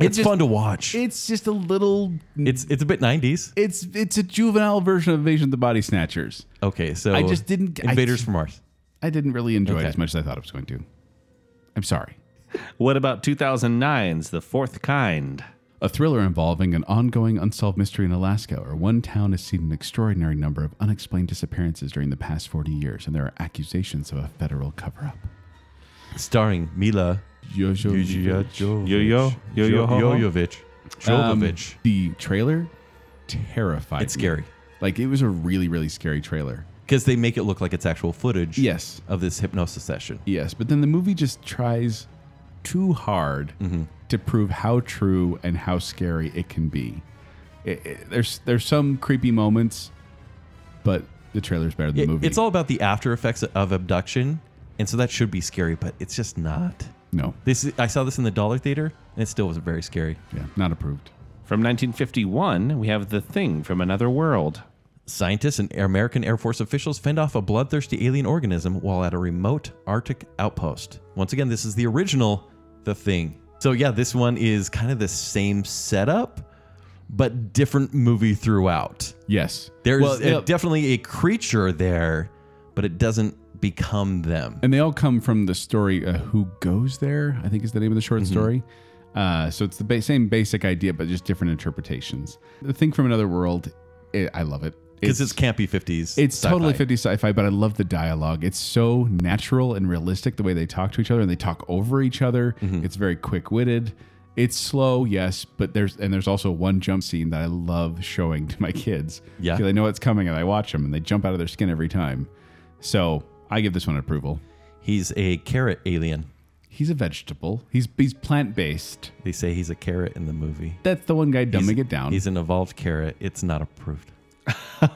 It's fun to watch. it's just a little. It's it's a bit 90s. It's it's a juvenile version of Invasion of the Body Snatchers. Okay, so I just didn't- I Invaders just- from Mars. I didn't really enjoy Okay. it as much as I thought it was going to. I'm sorry. What about 2009's The Fourth Kind? A thriller involving an ongoing unsolved mystery in Alaska, where one town has seen an extraordinary number of unexplained disappearances during the past 40 years, and there are accusations of a federal cover up. starring Mila Jojovic. Yo-yo. Yo-yo ho-ho. Jojovic. Jovovich. Um, the trailer terrified. It's me. scary. Like it was a really, really scary trailer. Because they make it look like it's actual footage Yes, of this hypnosis session. yes. But then the movie just tries too hard Mm-hmm. to prove how true and how scary it can be. It- it- there's there's some creepy moments, but the trailer's better than It- the movie. It's all about the after effects of abduction. And so that should be scary, but it's just not. no, This is- I saw this in the Dollar Theater, and it still was very scary. yeah, not approved. From 1951, we have The Thing from Another World. Scientists and American Air Force officials fend off a bloodthirsty alien organism while at a remote Arctic outpost. Once again, this is the original The Thing. So, yeah, this one is kind of the same setup, but different movie throughout. Yes, There's Well, a- yeah, definitely a creature there, but it doesn't become them. and they all come from the story uh, "Who Goes There." I think is the name of the short Mm-hmm. story. Uh, so it's the ba- same basic idea, but just different interpretations. The thing from another world, it, I love it. Because it's, campy 50s. It's sci-fi. totally 50 sci fi, but I love the dialogue. It's so natural and realistic the way they talk to each other and they talk over each other. Mm-hmm. It's very quick witted. It's slow, yes, but there's and there's also one jump scene that I love showing to my kids. Yeah. Because I know it's coming and I watch them and they jump out of their skin every time. So I give this one approval. He's a carrot alien. He's a vegetable. He's he's plant based. They say he's a carrot in the movie. That's the one guy dumbing He's- it down. He's an evolved carrot. It's not approved.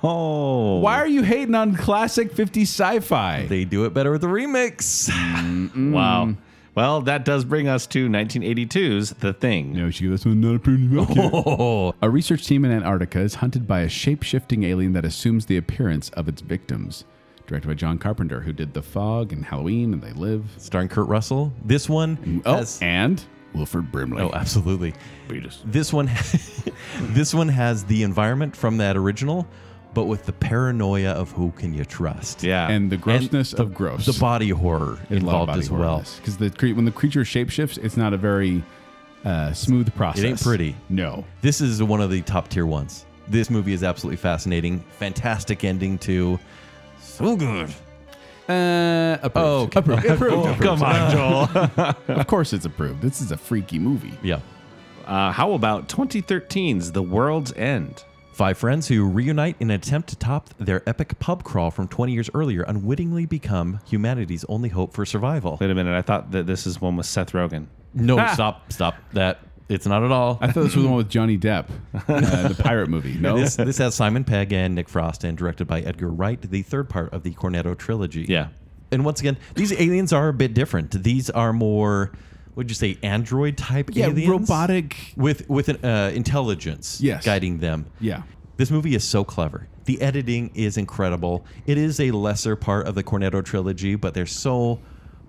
Oh. Why are you hating on classic 50 sci fi? They do it better with the remix. Wow. Well, that does bring us to 1982's The Thing. No, she gave this one not approved. Okay. Oh, A research team in Antarctica is hunted by a shape shifting alien that assumes the appearance of its victims. Directed by John Carpenter, who did The Fog and Halloween and They Live. starring Kurt Russell. This one. Oh, has- and Wilford Brimley. oh, absolutely. This one, this one has the environment from that original, but with the paranoia of who can you trust. Yeah. and the grossness of gross. The body horror involved as well. Because the cre- when the creature shapeshifts, it's not a very uh, smooth process. pretty. No. This is one of the top tier ones. This movie is absolutely fascinating. Fantastic ending to so good. Uh, approved. Oh, okay. approved. approved. approved. come on, Joel. Of course, it's approved. This is a freaky movie. Yeah. uh, how about 2013's The World's End? Five friends who reunite in an attempt to top their epic pub crawl from 20 years earlier unwittingly become humanity's only hope for survival. Wait a minute. I thought that this is one with Seth Rogen. No, stop, stop that. It's not at all. I thought this was the one with Johnny Depp, uh, the pirate movie. No, This, this has Simon Pegg and Nick Frost and directed by Edgar Wright, the third part of the Cornetto trilogy. Yeah. And once again, these aliens are a bit different. These are more, would you say, android type yeah, aliens? robotic With, with an uh, intelligence Yes. guiding them. Yeah. This movie is so clever. The editing is incredible. It is a lesser part of the Cornetto trilogy, but there's so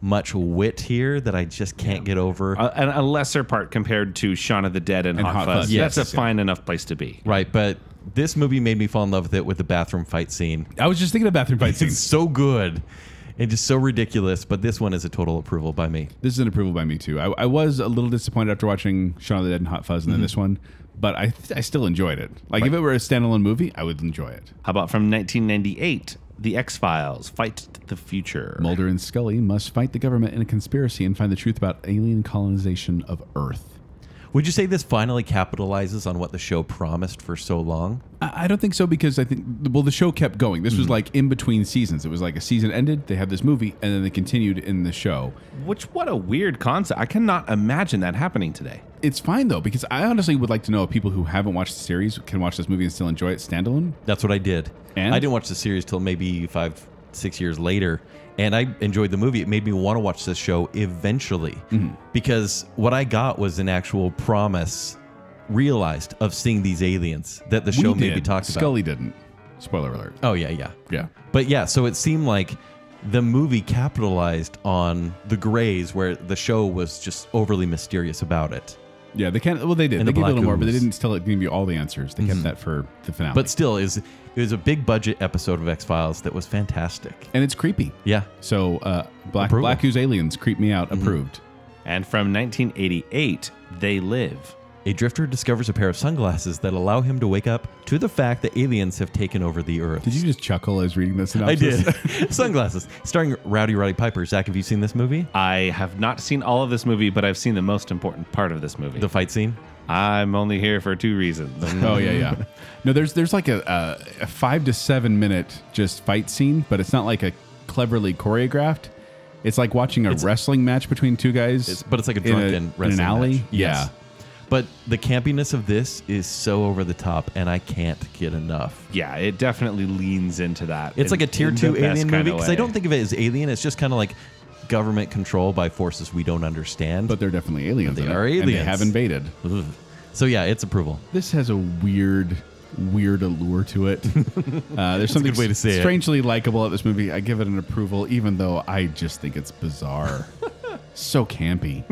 much wit here that I just can't get over. A, and a lesser part compared to Shaun of the Dead and, And Hot, Hot Fuzz. Fuzz, That's yes, a yeah. fine enough place to be. right, but this movie made me fall in love with it with the bathroom fight scene. I was just thinking of bathroom fight It's scenes. so good and just so ridiculous, but this one is a total approval by me. This is an approval by me too. I, I was a little disappointed after watching Shaun of the Dead and Hot Fuzz Mm-hmm. and then this one, but I th- I still enjoyed it. Like if it were a standalone movie, I would enjoy it. How about from 1998, The X Files: Fight the Future? Mulder and Scully must fight the government in a conspiracy and find the truth about alien colonization of Earth. Would you say this finally capitalizes on what the show promised for so long? I I don't think so because I think well the show kept going. This was Mm-hmm. like in between seasons. It was like a season ended, they had this movie, and then they continued in the show. Which what a weird concept. I cannot imagine that happening today. It's fine though because I honestly would like to know if people who haven't watched the series can watch this movie and still enjoy it standalone. That's what I did. And? I didn't watch the series till maybe five, six years later. And I enjoyed the movie. It made me want to watch this show eventually Mm-hmm. because what I got was an actual promise realized of seeing these aliens that the show We maybe did. talked Scully didn't. Spoiler alert. about. Oh, yeah, yeah. Yeah. But yeah, so it seemed like the movie capitalized on the grays where the show was just overly mysterious about it. Yeah, they can't. Well, they did. And they the gave a Black little more, but they Ooze. didn't still give you all the answers. They kept that for the finale. But still is it was a big budget episode of X-Files that was fantastic. and it's creepy. Yeah. So uh, Black Approval. Mm-hmm. Black Ooze aliens creep me out. Approved. And from 1988, They Live. A drifter discovers a pair of sunglasses that allow him to wake up to the fact that aliens have taken over the Earth. Did you just chuckle as reading this? I Synopsis? did. sunglasses. Starring Rowdy Roddy Piper. Zach, have you seen this movie? I have not seen all of this movie, but I've seen the most important part of this movie. The fight scene? I'm only here for two reasons. Oh yeah, yeah. No, there's there's like a, a, a five to seven minute just fight scene, but it's not like a cleverly choreographed. It's like watching a wrestling match between two guys. It's, but it's like a in in drunken an wrestling alley. match. Yes. But the campiness of this is so over the top, and I can't get enough. yeah, it definitely leans into that. It's in- like a tier in the two best alien kinda movie because I way. don't think of it as alien. It's just kind of like government control by forces we don't understand. But they're definitely aliens. They in it, are and aliens. they have invaded. Ugh. so yeah, it's approval. This has a weird, weird allure to it. Uh, there's something good way to say it. strangely likable at this movie. I give it an approval, even though I just think it's bizarre. so campy.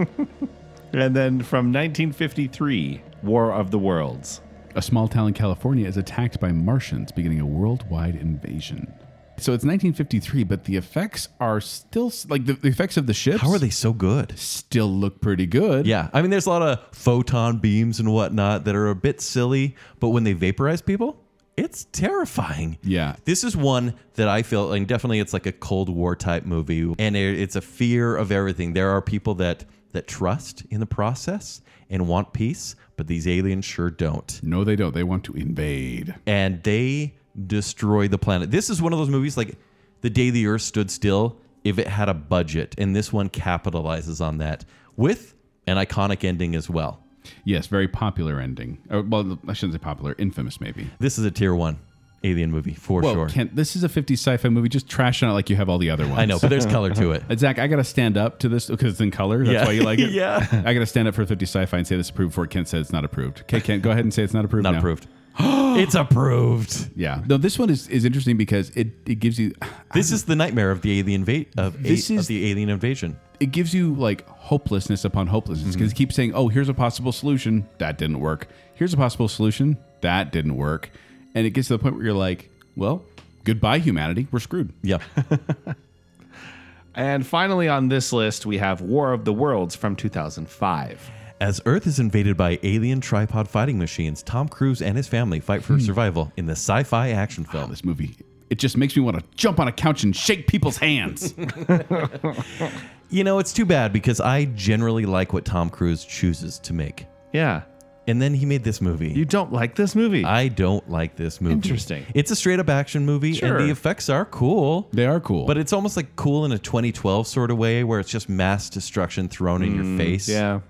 And then from 1953, War of the Worlds. A small town in California is attacked by Martians, beginning a worldwide invasion. So it's 1953, but the effects are still like the, the effects of the ships. How are they so good? still look pretty good? Yeah, I mean, there's a lot of photon beams and whatnot that are a bit silly, but when they vaporize people, it's terrifying. Yeah. This is one that I feel, and definitely it's like a Cold War type movie, and it- it's a fear of everything. There are people that that trust in the process and want peace, but these aliens sure don't, No, they don't. They want to invade. and they destroy the planet. This is one of those movies like the day the Earth stood still. If it had a budget, and this one capitalizes on that with an iconic ending as well. Yes, very popular ending. Or, well, I shouldn't say popular, infamous maybe. This is a tier one alien movie for Well, sure. Kent, this is a 50 sci-fi movie. Just trash on it like you have all the other ones. I know, but there's color to it. Uh, Zach, I gotta stand up to this because it's in color. That's Yeah. why you like it. Yeah. I gotta stand up for 50 sci-fi and say this approved before Kent said it's not approved. Okay, Kent, go ahead and say it's not approved. Not now. approved. it's approved. Yeah. No, this one is, is interesting because it, it gives you This is the nightmare of the alien inva- of, a- This of is- the alien invasion. it gives you like hopelessness upon hopelessness Mm-hmm. because it keeps saying, "Oh, here's a possible solution that didn't work. Here's a possible solution that didn't work," and it gets to the point where you're like, "Well, goodbye humanity. We're screwed." Yeah. And finally on this list, we have War of the Worlds from 2005. As Earth is invaded by alien tripod fighting machines, Tom Cruise and his family fight Hmm. for survival in the sci-fi action film. This movie. It just makes me want to jump on a couch and shake people's hands. You know, it's too bad because I generally like what Tom Cruise chooses to make. Yeah. And then he made this movie. You don't like this movie? I don't like this movie. Interesting. It's a straight up action movie Sure. and the effects are cool. they are cool, But it's almost like cool in a 2012 sort of way where it's just mass destruction thrown in Mm, your face. yeah.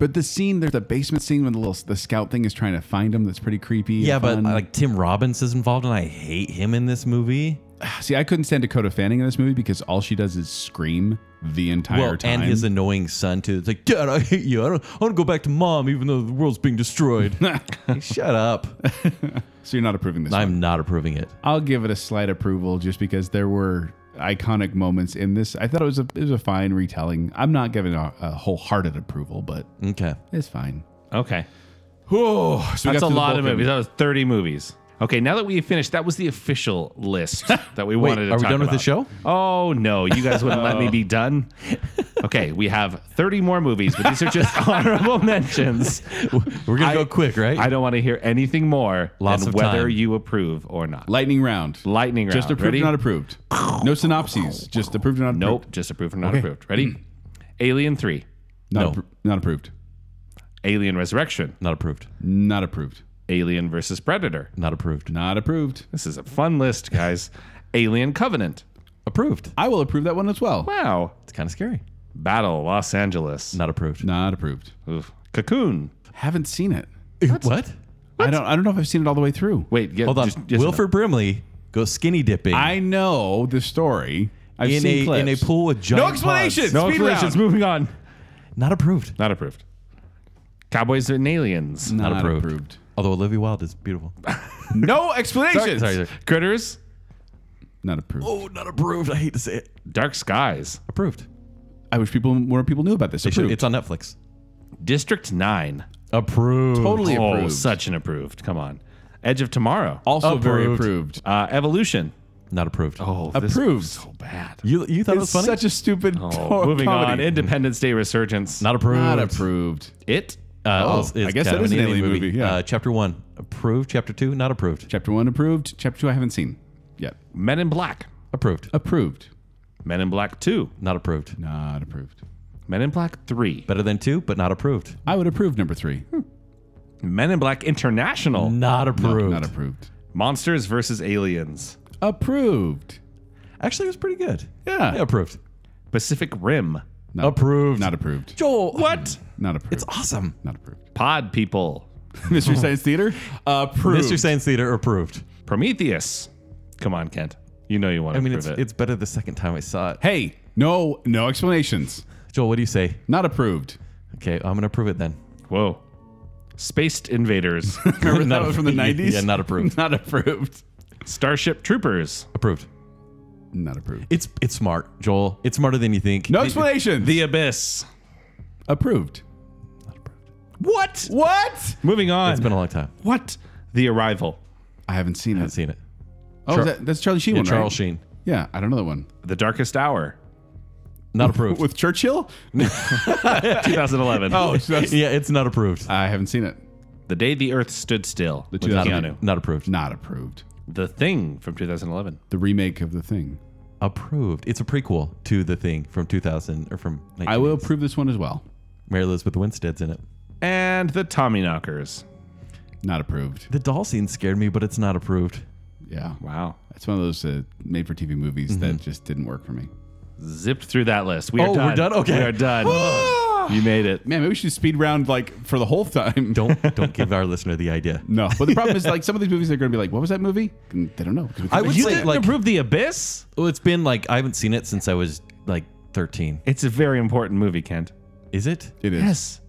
but the scene, there's the basement scene when the little the scout thing is trying to find him. That's pretty creepy. and Yeah, but fun. like Tim Robbins is involved and I hate him in this movie. see, I couldn't stand Dakota Fanning in this movie because all she does is scream the entire Well, time. and his annoying son too. It's like, Dad, I hate you. I don't. I want to go back to mom, even though the world's being destroyed. Like, Shut up. so you're not approving this. one. I'm not approving it. I'll give it a slight approval just because there were iconic moments in this. I thought it was a it was a fine retelling. I'm not giving a, a wholehearted approval, but Okay. it's fine. Okay. Whoa, That's a lot of movies. That was 30 movies. Okay, now that we finished, that was the official list that we wanted to are we talk done with the about. show? Oh, no. You guys wouldn't let me be done. Okay, we have 30 more movies, but these are just honorable mentions. We're gonna I- go quick, right? I don't want to hear anything more Lots than of whether time. you approve or not. Lightning round. Lightning round. Just approved Ready? or not approved. No synopses. Just approved or not approved. Nope, just approved or not approved. Ready? Hmm. Alien 3, Not, No. appro- not approved. Alien Resurrection, not approved. Not approved. Alien versus Predator. Not approved. Not approved. This is a fun list, guys. Alien Covenant. Approved. I will approve that one as well. Wow. It's kind of scary. Battle Los Angeles. Not approved. Not approved. Oof. Cocoon. Haven't seen it. Eh, What? I don't. I don't know if I've seen it all the way through. Wait, yeah, Hold on. just- yes, Wilford Brimley goes skinny dipping I know the story. I've in seen a clips. in a pool with giant No pods. explanations. No, no Speed explanations. round. Moving on. Not approved. Not approved. Cowboys and Aliens. Not, approved. approved. Although Olivia Wilde is beautiful. No explanations. sorry, sorry. Critters. Not approved. Oh, not approved. I hate to say it. Dark Skies. Approved. I wish people more people knew about this. They should- Approved. It's on Netflix. District 9. Approved. totally oh, approved. such an approved. Come on. Edge of Tomorrow. also very Approved. approved. Uh, Evolution. Not approved. Oh, this Approved. was so bad. You you thought It's it was funny? such a stupid. Oh, co- moving comedy. on. Independence Day Resurgence. not approved. Not approved. it. Uh, Oh, it's- it's I guess kind that of is an alien movie, yeah. Uh, chapter one approved. Chapter two not approved. Chapter one approved. Chapter two I haven't seen yet. Men in Black. Approved. Approved. Men in Black 2. Not approved. Not approved. Men in Black 3. Better than two, but not approved. I would approve number three. Men in Black International. Not approved. Not approved. Monsters versus Aliens. Approved. Actually, it was pretty good. Yeah. approved. Pacific Rim. Not Approved. Not approved. Mm-hmm. Joel, what? Not approved. It's awesome. not approved. Pod People. Mystery Science Theater. Approved. Mr. Science Theater approved. Prometheus. Come on, Kent. You know you want to I mean, it's prove it. it's better the second time I saw it. Hey, no, no explanations. Joel, what do you say? Not approved. Okay, I'm gonna approve it then. Whoa. Spaced Invaders. Remember Not that one from the approved. nineties? Yeah, not approved. not approved. Starship Troopers. Approved. Not approved. It's it's smart, Joel. It's smarter than you think. No explanations. The Abyss. approved. What? What? Moving on. It's been a long time. what? The Arrival. I haven't seen I've it. seen it. Oh, Char- is that, that's Charlie Sheen Yeah, one, Charles right? Sheen. Yeah, I don't know that one. The Darkest Hour. Not approved. With Churchill? 2011. Oh, that's- yeah, it's not approved. I haven't seen it. The Day the Earth Stood Still. The with 2000 Keanu. Not approved. Not approved. The Thing from 2011. The remake of The Thing. Approved. It's a prequel to the thing from 2000 or from. 1980s. I will approve this one as well. Mary Elizabeth Winstead's in it. And The Tommyknockers. Not approved. The doll scene scared me, but it's not approved. Yeah. Wow. It's one of those uh, made for TV movies Mm-hmm. that just didn't work for me. Zipped through that list. We are Oh, done. we're done? Okay. We are done. you made it. Man, maybe we should speed round like for the whole time. Don't don't give our listener the idea. No, but the problem is like some of these movies are going to be like, what was that movie? And they don't know. 'cause we I couldn't- would You say didn't like approve The Abyss? well, it's been like I haven't seen it since I was like 13. It's a very important movie, Kent. Is it? it is. Yes.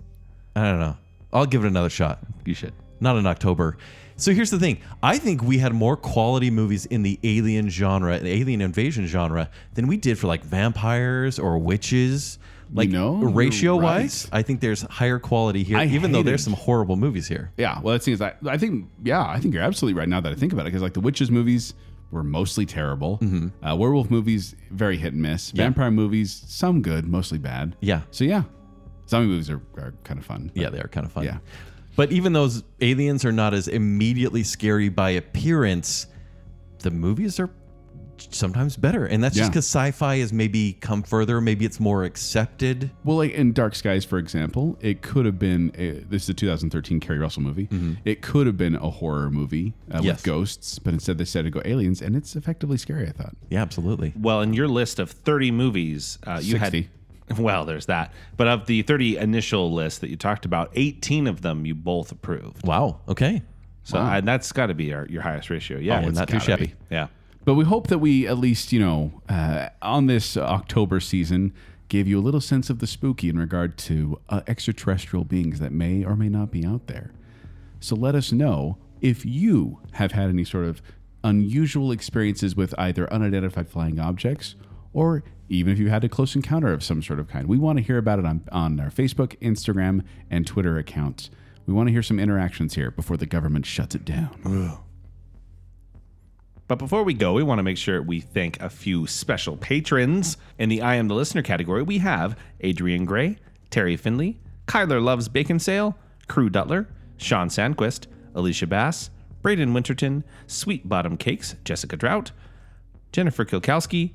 I don't know. I'll give it another shot. You should. Not in October. So here's the thing. I think we had more quality movies in the alien genre, the alien invasion genre, than we did for like vampires or witches. Like know, you're ratio wise, I think there's higher quality here, I even though hated- there's some horrible movies here. Yeah. Well, that seems. I, I think. Yeah, I think you're absolutely right. Now that I think about it, because like the witches movies were mostly terrible. Mm-hmm. Uh, werewolf movies very hit and miss. Vampire movies some good, mostly bad. Yeah. So yeah, zombie movies are, are kind of fun. Yeah, they are kind of fun. Yeah. But even those aliens are not as immediately scary by appearance, the movies are sometimes better. And that's just Yeah. because sci fi has maybe come further. Maybe it's more accepted. Well, like in Dark Skies, for example, it could have been a, this is a 2013 Carrie Russell movie. It could have been a horror movie uh, Yes. with ghosts, but instead they said to go aliens, and it's effectively scary. I thought. Yeah, absolutely. Well, in your list of 30 movies, uh, you 60. had. Well, there's that. But of the 30 initial list that you talked about, 18 of them you both approved. Wow. Okay. So, and that's got to be our, your highest ratio. Yeah. Oh, It's- not too gotta be. shabby. yeah. But we hope that we, at least, you know, uh, on this October season, gave you a little sense of the spooky in regard to uh, extraterrestrial beings that may or may not be out there. So let us know if you have had any sort of unusual experiences with either unidentified flying objects or even if you had a close encounter of some sort of kind. We want to hear about it on, on our Facebook, Instagram, and Twitter accounts. We want to hear some interactions here before the government shuts it down. But before we go, we want to make sure we thank a few special patrons. In the I Am the Listener category, we have Adrian Gray, Terry Finley, Kyler Loves Bacon Sale, Crew Dutler, Sean Sandquist, Alicia Bass, Braden Winterton, Sweet Bottom Cakes, Jessica Drought, Jennifer Kilkowski,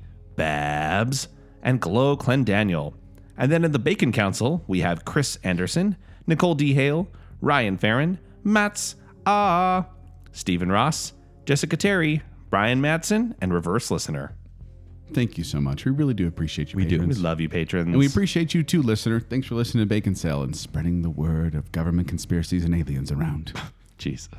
Babs, and Glow Clendaniel. And then in the Bacon Council, we have Chris Anderson, Nicole D. Hale, Ryan Farron, Mats Ah, Stephen Ross, Jessica Terry, Brian Matson, and Reverse Listener. Thank you so much. We really do appreciate you. We do. We love you, patrons. And we appreciate you too, listener. Thanks for listening to Bacon Sale and spreading the word of government conspiracies and aliens around. Jesus.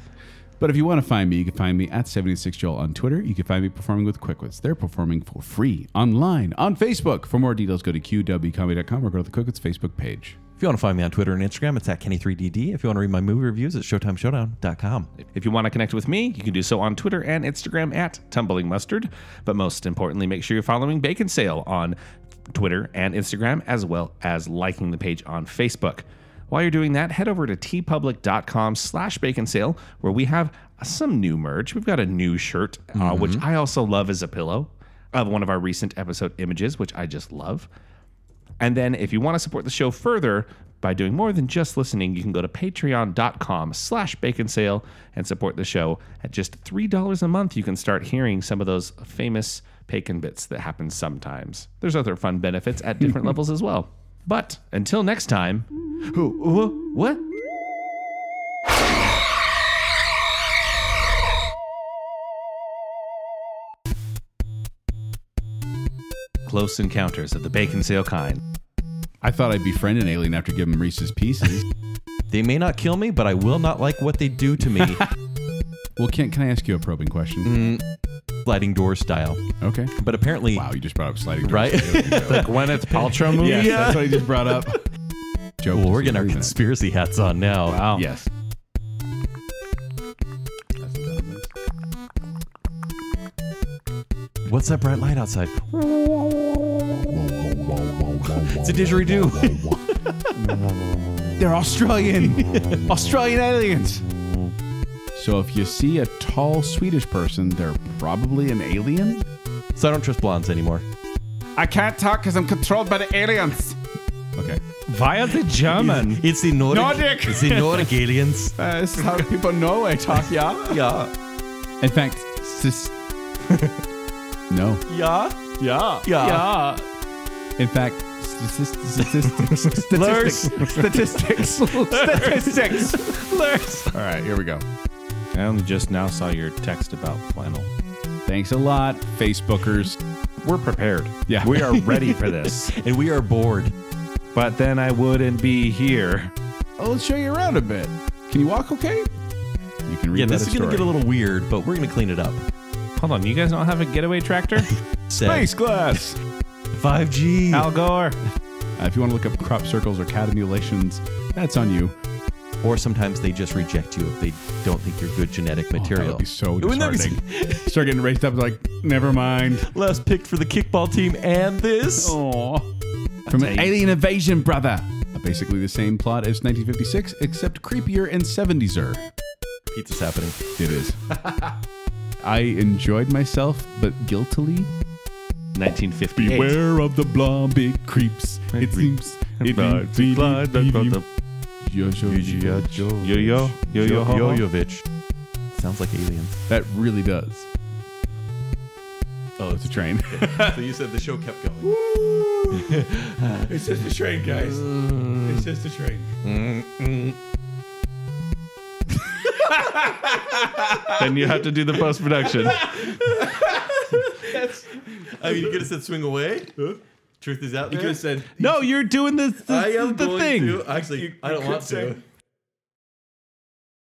But if you want to find me, you can find me at 76Joel on Twitter. You can find me performing with Quickwits. They're performing for free online on Facebook. For more details, go to qwcomedy.com or go to the Quickwits Facebook page. If you want to find me on Twitter and Instagram, it's at Kenny3DD. If you want to read my movie reviews, it's ShowtimeShowdown.com. If you want to connect with me, you can do so on Twitter and Instagram at Tumbling Mustard. But most importantly, make sure you're following Bacon Sale on Twitter and Instagram, as well as liking the page on Facebook. While you're doing that, head over to tpublic.com slash bacon sale, where we have some new merch. We've got a new shirt, uh, which I also love as a pillow, of one of our recent episode images, which I just love. And then if you want to support the show further by doing more than just listening, you can go to patreon.com slash bacon sale and support the show. At just $3 a month, you can start hearing some of those famous bacon bits that happen sometimes. There's other fun benefits at different levels as well. But until next time, who, who- what? Close encounters of the bacon sale kind. I thought I'd befriend an alien after giving him Reese's Pieces. They may not kill me, but I will not like what they do to me, well, Kent, can I ask you a probing question? Mm-hmm. sliding door style. Okay. But apparently, Wow, you just brought up sliding doors. Right? yes, Gwyneth Paltrow movie? that's what he just brought up. Joe, Well, we're getting our disagree with conspiracy hats on now. that. Wow. Yes. That's what that is. What's that bright light outside? It's a didgeridoo. They're Australian. Australian aliens. So if you see a tall Swedish person, they're probably an alien. so I don't trust blondes anymore. I can't talk because I'm controlled by the aliens. Okay. Via the German. It's the Nordic. Nordic! It's the Nordic aliens. Uh, this is how people know I talk, yeah? Yeah. In fact, sis- no. Yeah. yeah. Yeah. In fact, statis- statistics. Statistics. Statistics. Statistics. All right, here we go. I only just now saw your text about flannel. Thanks a lot, Facebookers. We're prepared. Yeah. We are ready for this. And we are bored. but then I wouldn't be here. Oh, let's show you around a bit. Can you walk okay? You can read Yeah, this that is going to story. get a little weird, but we're going to clean it up. Hold on, you guys don't have a getaway tractor? Said space glass. 5G. Al Gore. Uh, if you want to look up crop circles or catamulations, that's on you. Or sometimes they just reject you if they don't think you're good genetic Oh, That material. would be so Wouldn't that be- disheartening. Start getting raised up like, never mind. Last picked for the kickball team and this. Aww. From tell an you. alien invasion, brother. Uh, Basically the same plot as 1956, except creepier and 70s-er. Pizza's happening. It is. I enjoyed myself, but guiltily. 1958. Beware of the blob, it creeps. It seeps. It Slides, really- slides, da- da- da- Yo, yo, yo, yo. Yo yo yo yo ho, ho. Jovovich. Sounds like aliens. That really does. Oh, it's a train. so you said the show kept going. It's just a train, guys. It's just a train. Then you have to do the post production. I mean, you could have said swing away. Truth is out there. You could have said no, you're doing this. this I am the going thing. to. Actually, I don't want to.